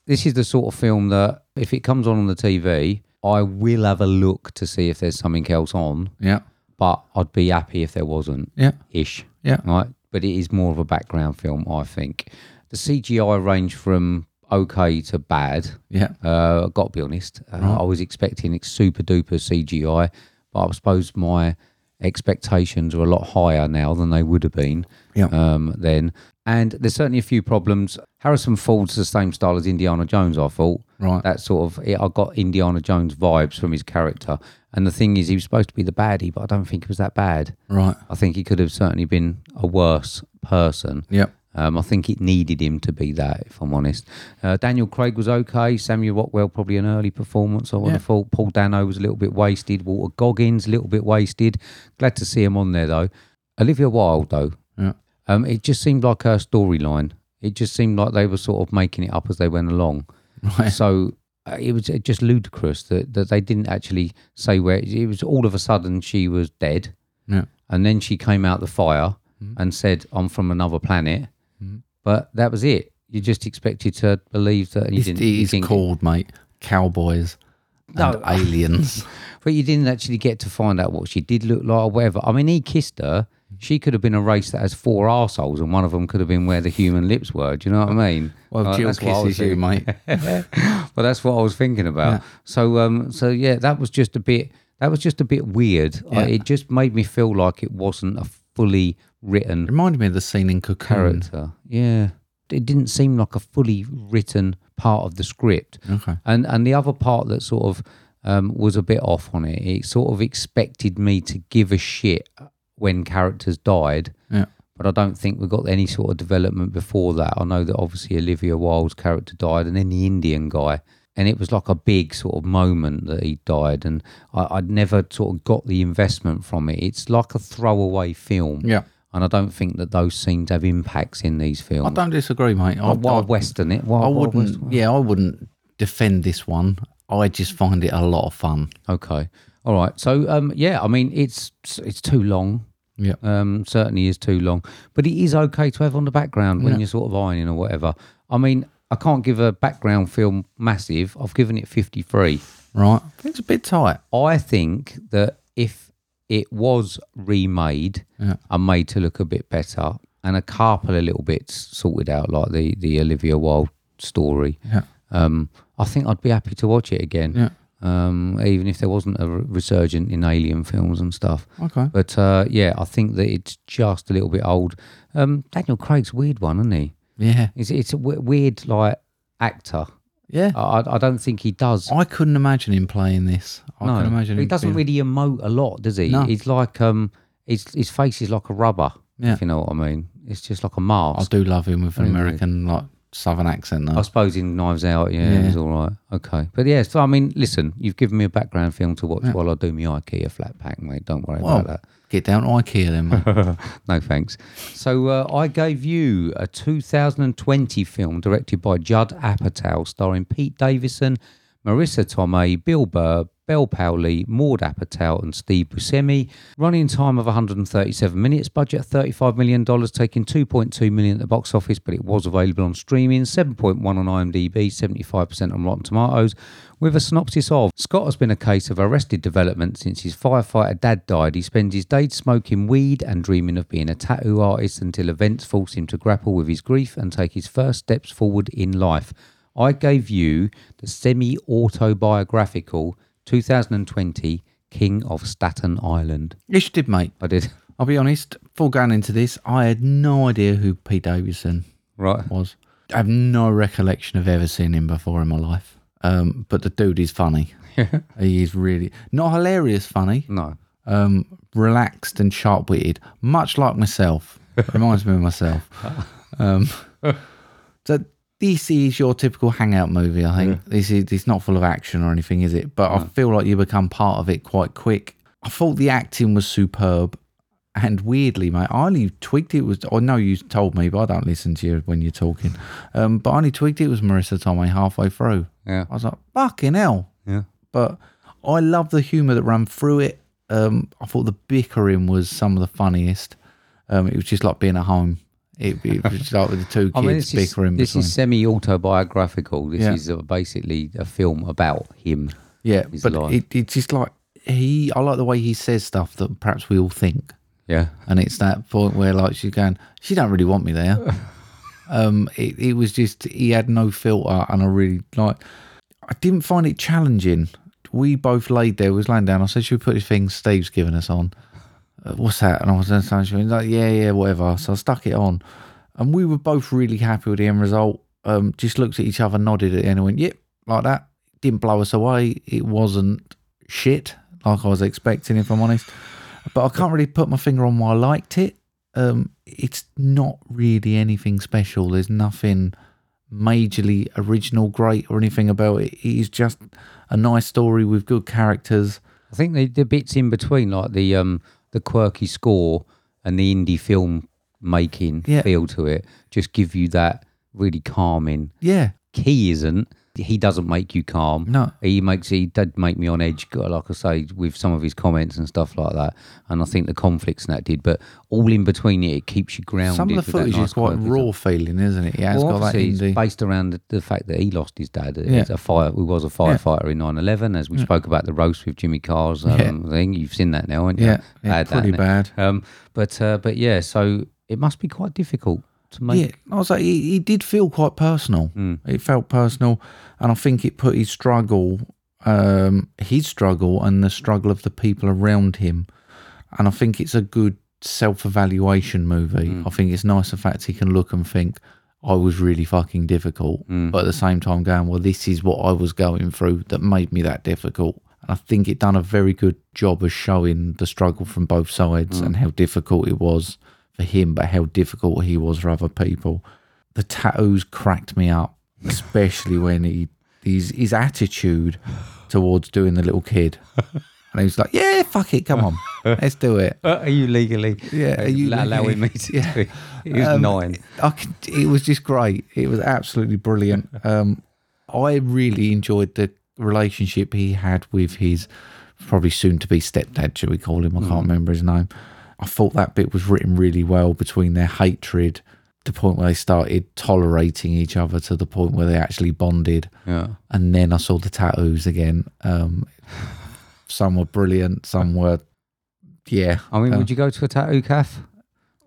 S2: This is the sort of film that if it comes on on the TV, I will have a look to see if there's something else on,
S1: Yeah.
S2: but I'd be happy if there wasn't
S1: Yeah.
S2: ish.
S1: Yeah.
S2: Right. But it is more of a background film, I think. The CGI range from okay to bad.
S1: Yeah.
S2: Uh, I've got to be honest. Uh, I was expecting ex- super duper CGI, but I suppose my expectations are a lot higher now than they would have been
S1: Yeah.
S2: um, then. And there's certainly a few problems. Harrison Ford's the same style as Indiana Jones, I thought.
S1: Right.
S2: That sort of, I got Indiana Jones vibes from his character. And the thing is, he was supposed to be the baddie, but I don't think he was that bad.
S1: Right.
S2: I think he could have certainly been a worse person.
S1: Yep.
S2: Um, I think it needed him to be that, if I'm honest. Uh, Daniel Craig was okay. Samuel Rockwell, probably an early performance, I would
S1: Yeah.
S2: have thought. Paul Dano was a little bit wasted. Walter Goggins, a little bit wasted. Glad to see him on there, though. Olivia Wilde, though,
S1: Yeah.
S2: um, it just seemed like her storyline. It just seemed like they were sort of making it up as they went along.
S1: Right.
S2: So uh, it was uh, just ludicrous that, that they didn't actually say where it was. All of a sudden, she was dead,
S1: Yeah. Mm-hmm.
S2: and then she came out the fire and said, "I'm from another planet." But that was it. You just expected to believe that and you
S1: It's,
S2: didn't. you
S1: it's
S2: didn't-
S1: called, mate, Cowboys and
S2: No.
S1: Aliens.
S2: but you didn't actually get to find out what she did look like or whatever. I mean, he kissed her. She could have been a race that has four arseholes, and one of them could have been where the human lips were. Do you know what I mean?
S1: Well,
S2: Like,
S1: Jill
S2: that's what I was
S1: kisses you,
S2: thinking.
S1: mate.
S2: well, that's what I was thinking about. So, um, so yeah, that was just a bit. That was just a bit weird. I-
S1: Yeah.
S2: it just made me feel like it wasn't a fully written
S1: Reminded me of the scene in Cocoon.
S2: character. Yeah, it didn't seem like a fully written part of the script.
S1: Okay.
S2: And and the other part that sort of um, was a bit off on it. It sort of expected me to give a shit when characters died
S1: Yeah.
S2: but I don't think we got any sort of development before that. I know that obviously Olivia Wilde's character died, and then the Indian guy, and it was like a big sort of moment that he died, and I, I'd never sort of got the investment from it. It's like a throwaway film,
S1: Yeah.
S2: and I don't think that those scenes have impacts in these films.
S1: I don't disagree, mate. I,
S2: Like Wild
S1: I-
S2: Western, it. Wild,
S1: I
S2: Wild
S1: wouldn't.
S2: West.
S1: yeah, I wouldn't defend this one. I just find it a lot of fun.
S2: Okay. All right. So, um, yeah, I mean, it's it's too long.
S1: Yeah.
S2: um, certainly is too long. But it is okay to have on the background when you're sort of ironing or whatever. I mean, I can't give a background film massive. I've given it 53.
S1: Right. It's a bit tight.
S2: I think that if it was remade
S1: Yeah.
S2: and made to look a bit better and a couple of little bits sorted out, like the, the Olivia Wilde story,
S1: Yeah.
S2: um, I think I'd be happy to watch it again.
S1: Yeah.
S2: Um, even if there wasn't a re- resurgent in alien films and stuff.
S1: Okay.
S2: But uh, yeah, I think that it's just a little bit old. Um, Daniel Craig's a weird one, isn't he?
S1: Yeah.
S2: It's, it's a w- weird like actor.
S1: Yeah.
S2: I, I- I don't think he does.
S1: I couldn't imagine him playing this. I
S2: Uh, no,
S1: can imagine
S2: he
S1: him
S2: doesn't
S1: being-
S2: really emote a lot, does he?
S1: No.
S2: He's like um, his his face is like a rubber.
S1: Yeah.
S2: If you know what I mean, it's just like a
S1: I
S2: mask.
S1: do love him with an
S2: Really?
S1: American like southern accent though.
S2: I suppose in Knives Out, yeah, it
S1: Yeah.
S2: was all right. Okay, but yeah, so I mean, listen, you've given me a background film to watch while I do my IKEA flat pack, mate. Don't worry
S1: Well,
S2: about that.
S1: get down to IKEA then, mate.
S2: no thanks. So uh, I gave you a 2020 film directed by Judd Apatow, starring Pete Davison, Marissa Tomei, Bill Burr, Belle Powley, Maud Apatow, and Steve Buscemi. Running time of 137 minutes, budget $35 million, taking 2.2 million at the box office, but it was available on streaming, 7.1 on IMDb, 75% on Rotten Tomatoes, with a synopsis of Scott has been a case of arrested development since his firefighter dad died. He spends his days smoking weed and dreaming of being a tattoo artist until events force him to grapple with his grief and take his first steps forward in life. I gave you the semi autobiographical 2020 King of Staten Island.
S1: yes, you did, mate.
S2: I did.
S1: I'll be honest. Before going into this, I had no idea who Pete Davidson
S2: Right.
S1: was. I have no recollection of ever seeing him before in my life. Um, but the dude is funny. he is really not hilarious funny.
S2: No.
S1: Um, relaxed and sharp witted, much like myself. Reminds me of myself. Um, so this is your typical hangout movie. I think this is it's not full of action or anything, is it? But I feel like you become part of it quite quick. I thought the acting was superb. And weirdly, mate, I only tweaked it was. I know you told me, but I don't listen to you when you're talking. Um, but I only tweaked it was Marissa Tomei halfway through.
S2: Yeah.
S1: I was like, fucking hell.
S2: Yeah.
S1: But I love the humour that ran through it. Um, I thought the bickering was some of the funniest. Um, it was just like being at home. It, it was just like with the two kids
S2: I mean, this is,
S1: bickering.
S2: this
S1: between.
S2: is semi autobiographical. This
S1: Yeah.
S2: is uh, basically a film about him.
S1: yeah,
S2: his
S1: but
S2: life.
S1: it, it's just like he. I like the way he says stuff that perhaps we all think,
S2: Yeah.
S1: and it's that point where like she's going, she don't really want me there. um, it, it was just he had no filter, and I really like. I didn't find it challenging. We both laid there, we was laying down. I said, Should we put this thing Steve's given us on? Uh, What's that? And I was saying something. She was like, Yeah, yeah, whatever. So I stuck it on. And we were both really happy with the end result. Um, just looked at each other, nodded at the end, and went, "Yep," like that. Didn't blow us away. It wasn't shit like I was expecting, if I'm honest. But I can't really put my finger on why I liked it. Um, it's not really anything special. There's nothing majorly original, great, or anything about it. It is just a nice story with good characters.
S2: I think the, the bits in between, like the um the quirky score and the indie film making
S1: Yeah.
S2: feel to it, just give you that really calming.
S1: Yeah,
S2: Key isn't. He doesn't make you calm.
S1: No.
S2: he makes he did make me on edge. g- Like I say, with some of his comments and stuff like that, and I think the conflicts and that did. But all in between it, it keeps you grounded.
S1: some of the
S2: with that
S1: footage
S2: nice
S1: is quite
S2: quirky
S1: raw feeling, isn't it? Yeah, it's got
S2: well,
S1: that
S2: obviously, it's
S1: indie.
S2: based around the, the fact that he lost his dad.
S1: Yeah. Mm.
S2: He's a fire, who was a firefighter in 9/11, as we spoke about the roast with Jimmy Carr's um,
S1: Yeah.
S2: thing. You've seen that now, haven't you?
S1: Yeah, yeah,
S2: Bad, that,
S1: pretty
S2: innit?
S1: bad.
S2: Um, but uh, but yeah, so it must be quite difficult to make.
S1: Yeah, I was like, he, he did feel quite personal. It felt personal, and I think it put his struggle, um, his struggle, and the struggle of the people around him. And I think it's a good self-evaluation movie. I think it's nice the fact he can look and think, I was really fucking difficult, but at the same time going, well, this is what I was going through that made me that difficult. And I think it done a very good job of showing the struggle from both sides and how difficult it was for him, but how difficult he was for other people. The tattoos cracked me up, especially when he his, his attitude towards doing the little kid. And he was like, "Yeah, fuck it, come on, let's do it."
S2: Uh, are you legally?
S1: Yeah,
S2: uh,
S1: are you
S2: la- allowing
S1: legally-
S2: me to? Do it? He was
S1: Um,
S2: nine.
S1: I could, it was just great. It was absolutely brilliant. Um, I really enjoyed the relationship he had with his probably soon to be stepdad, should we call him? I can't remember his name. I thought that bit was written really well between their hatred, the point where they started tolerating each other to the point where they actually bonded.
S2: Yeah.
S1: And then I saw the tattoos again. Um, some were brilliant, some were, yeah.
S2: I mean,
S1: Um,
S2: would you go to a tattoo cafe?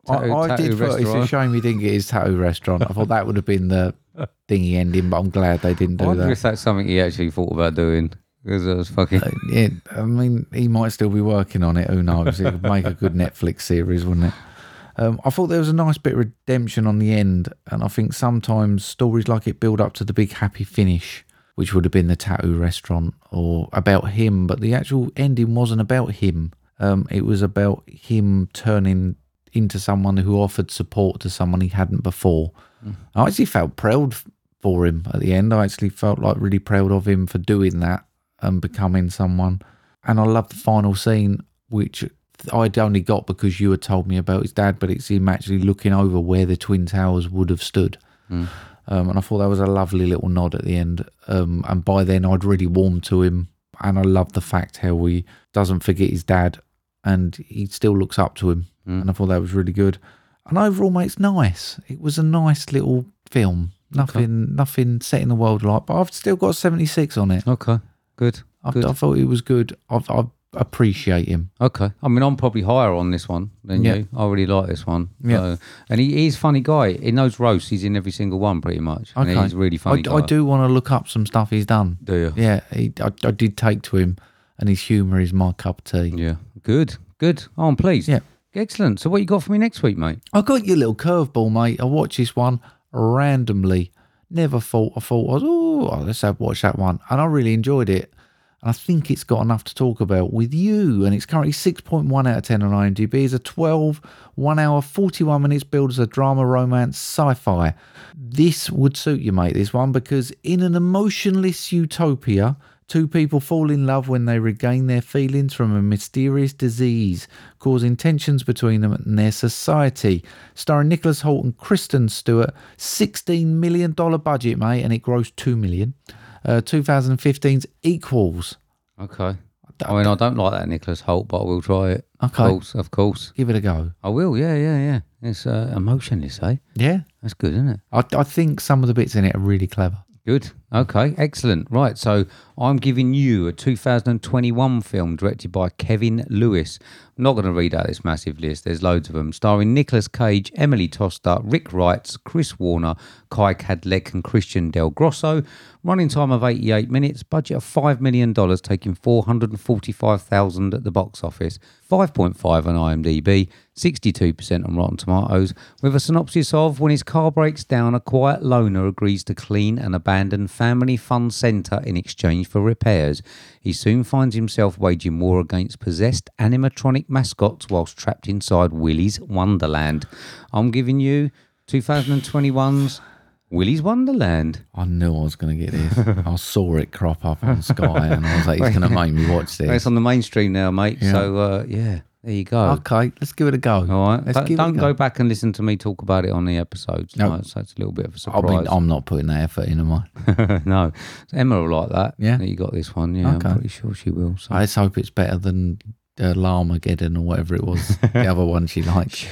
S1: I,
S2: Tattoo-
S1: I
S2: tattoo
S1: did feel it's a
S2: restaurant?
S1: shame he didn't get his tattoo restaurant. I thought that would have been the thingy ending, but I'm glad they didn't
S2: I
S1: do
S2: wonder
S1: that.
S2: if that's something he actually thought about doing. Because it was fucking.
S1: Uh, yeah, I mean, he might still be working on it. Who knows? It would make a good Netflix series, wouldn't it? Um, I thought there was a nice bit of redemption on the end, and I think sometimes stories like it build up to the big happy finish, which would have been the tattoo restaurant or about him, but the actual ending wasn't about him. Um, it was about him turning into someone who offered support to someone he hadn't before. I actually felt proud f- for him at the end. I actually felt like really proud of him for doing that and becoming someone. And I love the final scene, which I'd only got because you had told me about his dad, but it's him actually looking over where the Twin Towers would have stood. Um, and I thought that was a lovely little nod at the end. Um, and by then, I'd really warmed to him. And I love the fact how he doesn't forget his dad and he still looks up to him. And I thought that was really good. And overall, mate, it's nice. It was a nice little film. Nothing, nothing set in the world like, but I've still got a 76 on it.
S2: Okay, good.
S1: I,
S2: good.
S1: I thought he was good. I, I appreciate him.
S2: Okay. I mean, I'm probably higher on this one than
S1: Yeah.
S2: you. I really like this one.
S1: Yeah.
S2: So- and he, he's a funny guy. In those roasts, he's in every single one pretty much. And
S1: Okay.
S2: he's a really funny
S1: I,
S2: guy.
S1: I do want to look up some stuff he's done.
S2: Do you?
S1: Yeah, he, I, I did take to him, and his humour is my cup of tea.
S2: Yeah. Good. Good. Oh, I'm pleased.
S1: Yeah.
S2: Excellent. So what you got for me next week, mate?
S1: I got your little curveball, mate. I watched this one randomly. Never thought. I thought, I was, oh, let's have watch that one, and I really enjoyed it. And I think it's got enough to talk about with you. And it's currently 6.1 out of 10 on IMDb. It's a 12, 1 hour, 41 minutes build as a drama, romance, sci fi. This would suit you, mate, this one, because in an emotionless utopia, two people fall in love when they regain their feelings from a mysterious disease, causing tensions between them and their society. Starring Nicholas Holt and Kristen Stewart, $16 million budget, mate, and it grossed $2 million. Uh, 2015's Equals.
S2: Okay. I mean, I don't like that Nicholas Holt, but I will try it.
S1: Okay.
S2: Of course. Of course.
S1: Give it a go.
S2: I will. Yeah, yeah, yeah. It's uh, emotionless, eh?
S1: Yeah.
S2: That's good, isn't it?
S1: I, I think some of the bits in it are really clever.
S2: Good. Okay. Excellent. Right. So I'm giving you a 2021 film directed by Kevin Lewis. I'm not going to read out this massive list. There's loads of them. Starring Nicolas Cage, Emily Toster, Rick Wrights, Chris Warner, Kai Cadleck, and Christian Del Grosso. Running time of 88 minutes. Budget of $5 million, taking 445000 at the box office. 5.5 on IMDb. 62% on Rotten Tomatoes, with a synopsis of When his car breaks down, a quiet loner agrees to clean an abandoned family fun centre in exchange for repairs. He soon finds himself waging war against possessed animatronic mascots whilst trapped inside Willy's Wonderland. I'm giving you 2021's Willy's Wonderland.
S1: I knew I was going to get this. I saw it crop up on Sky, and I was like, "He's going to make me watch
S2: Well,
S1: this."
S2: It's on the mainstream now, mate. So uh, yeah, there you go.
S1: Okay, let's give it a go.
S2: All right.
S1: let's
S2: Don't-
S1: give it a
S2: don't go back and listen to me talk about it on the episodes. No, so it's a little bit of a
S1: I mean,
S2: surprise. Oh.
S1: I'm not putting that effort in, am I?
S2: no, Emma will like that.
S1: Yeah.
S2: that you got this one. Yeah,
S1: Okay.
S2: I'm pretty sure she will. So.
S1: I just hope it's better than uh, Larmageddon or whatever it was, the other one she liked.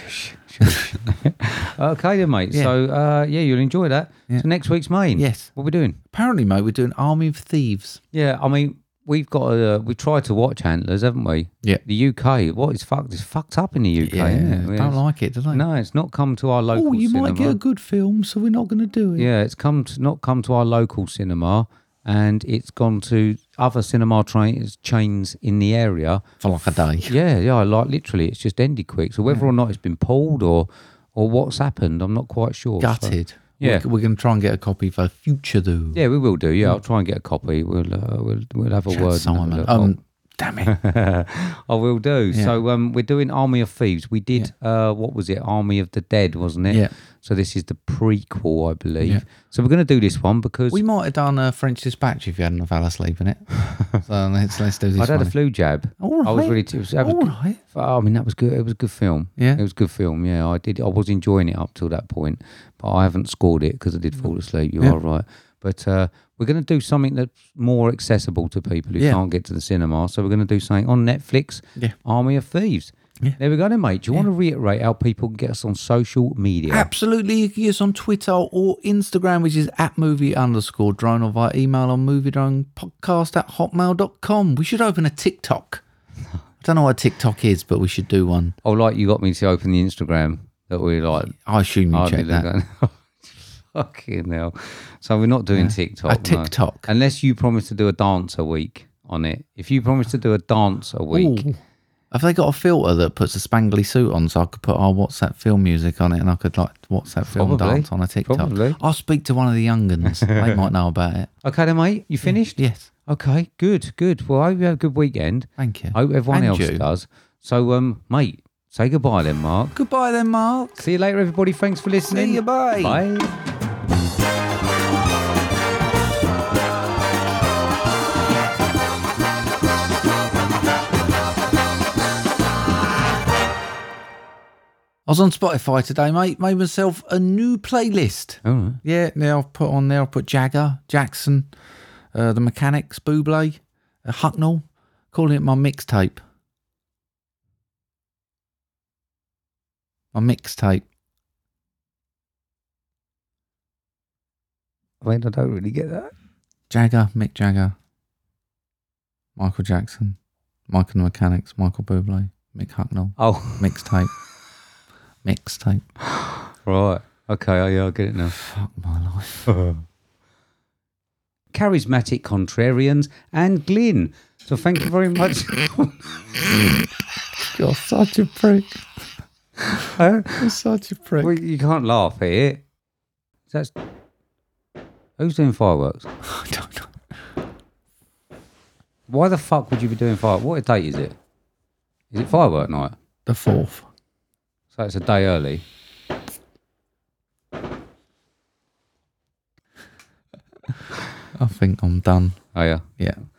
S2: okay, then, mate.
S1: Yeah.
S2: So uh, yeah, you'll enjoy that. So next week's main.
S1: Yes.
S2: What we doing?
S1: Apparently, mate, we're doing Army of Thieves.
S2: Yeah, I mean. We've got uh, we tried to watch Antlers, haven't we?
S1: Yeah.
S2: The UK, what is fucked? It's fucked up in the UK. isn't it?
S1: don't like it, do they?
S2: No, it's not come to our local.
S1: Oh, you might get
S2: cinema.
S1: a good film, so we're not going to do it.
S2: Yeah, it's come to, not come to our local cinema, and it's gone to other cinema train, chains in the area.
S1: For like a day.
S2: Yeah, yeah, like literally, it's just ended quick. So whether
S1: Hmm.
S2: or not it's been pulled or or what's happened, I'm not quite sure. So-
S1: Gutted.
S2: Yeah.
S1: We're, we're going to try and get a copy for future, though.
S2: yeah, we will do. Yeah,
S1: Hmm.
S2: I'll try and get a copy. We'll uh, we'll we'll have a
S1: Chad
S2: word. and have a
S1: Simon.
S2: look.
S1: Um, damn it.
S2: I will do. So um, we're doing Army of Thieves. We did uh, what was it? Army of the Dead, wasn't it?
S1: Yeah.
S2: So this is the prequel, I believe. So we're going to do this one because
S1: we might have done a French Dispatch if you hadn't have Alice sleep in it. so let's, let's do this
S2: I'd had a
S1: one.
S2: flu jab.
S1: All
S2: I was
S1: right.
S2: really. T- it was, that was
S1: All
S2: good-
S1: right.
S2: oh, I mean, that was good. It was a good film.
S1: Yeah?
S2: It was a good film. Yeah, I did. I was enjoying it up till that point, but I haven't scored it because I
S1: Mm.
S2: did fall asleep. You are right. But uh, we're going to do something that's more accessible to people who
S1: Yeah.
S2: can't get to the cinema. So we're going to do something on Netflix.
S1: Yeah.
S2: Army of Thieves. There we go, then, mate. Do you want to reiterate how people can get us on social media?
S1: Absolutely. You can get us on Twitter or Instagram, which is at movie underscore drone, or via email on movie drone podcast at hotmail.com. We should open a TikTok. I don't know what TikTok is, but we should do one.
S2: Oh, like you got me to open the Instagram that we like.
S1: I assume you
S2: hardly
S1: check that.
S2: look at- Fucking hell. So we're not doing TikTok.
S1: A
S2: no.
S1: TikTok.
S2: Unless you promise to do a dance a week on it. If you promise to do a dance a week,
S1: Ooh. Have they got a filter that puts a spangly suit on so I could put our WhatsApp film music on it and I could like WhatsApp film
S2: Probably.
S1: dance on a TikTok?
S2: Probably.
S1: I'll speak to one of the younguns. they might know about it.
S2: okay then mate, you finished?
S1: Yes.
S2: Okay, good, good. Well I hope you have a good weekend.
S1: Thank you.
S2: I hope everyone
S1: And
S2: else
S1: you.
S2: does. So um mate, say goodbye then, Mark.
S1: Goodbye then, Mark.
S2: See you later everybody. Thanks for listening.
S1: you, bye.
S2: Bye.
S1: I was on Spotify today, mate. Made myself a new playlist.
S2: Oh,
S1: Yeah, now I've put on there. I've put Jagger, Jackson, uh, the Mechanics, Buble, uh, Hucknall. Calling it my mixtape. My mixtape.
S2: wait, I don't really get that.
S1: Jagger, Mick Jagger, Michael Jackson, Michael the Mechanics, Michael Buble, Mick Hucknall.
S2: Oh
S1: Mixtape. mixtape.
S2: right. Okay, oh, yeah, I get it now.
S1: Fuck my life.
S2: charismatic contrarians, and Glyn. So thank you very much.
S1: You're such a prick.
S2: Uh,
S1: You're such a prick.
S2: well, you can't laugh at it. That's who's doing fireworks?
S1: I don't know.
S2: Why the fuck would you be doing fireworks? What date is it? Is it firework night?
S1: The fourth.
S2: So it's a day early.
S1: I think I'm done.
S2: Oh yeah.
S1: Yeah.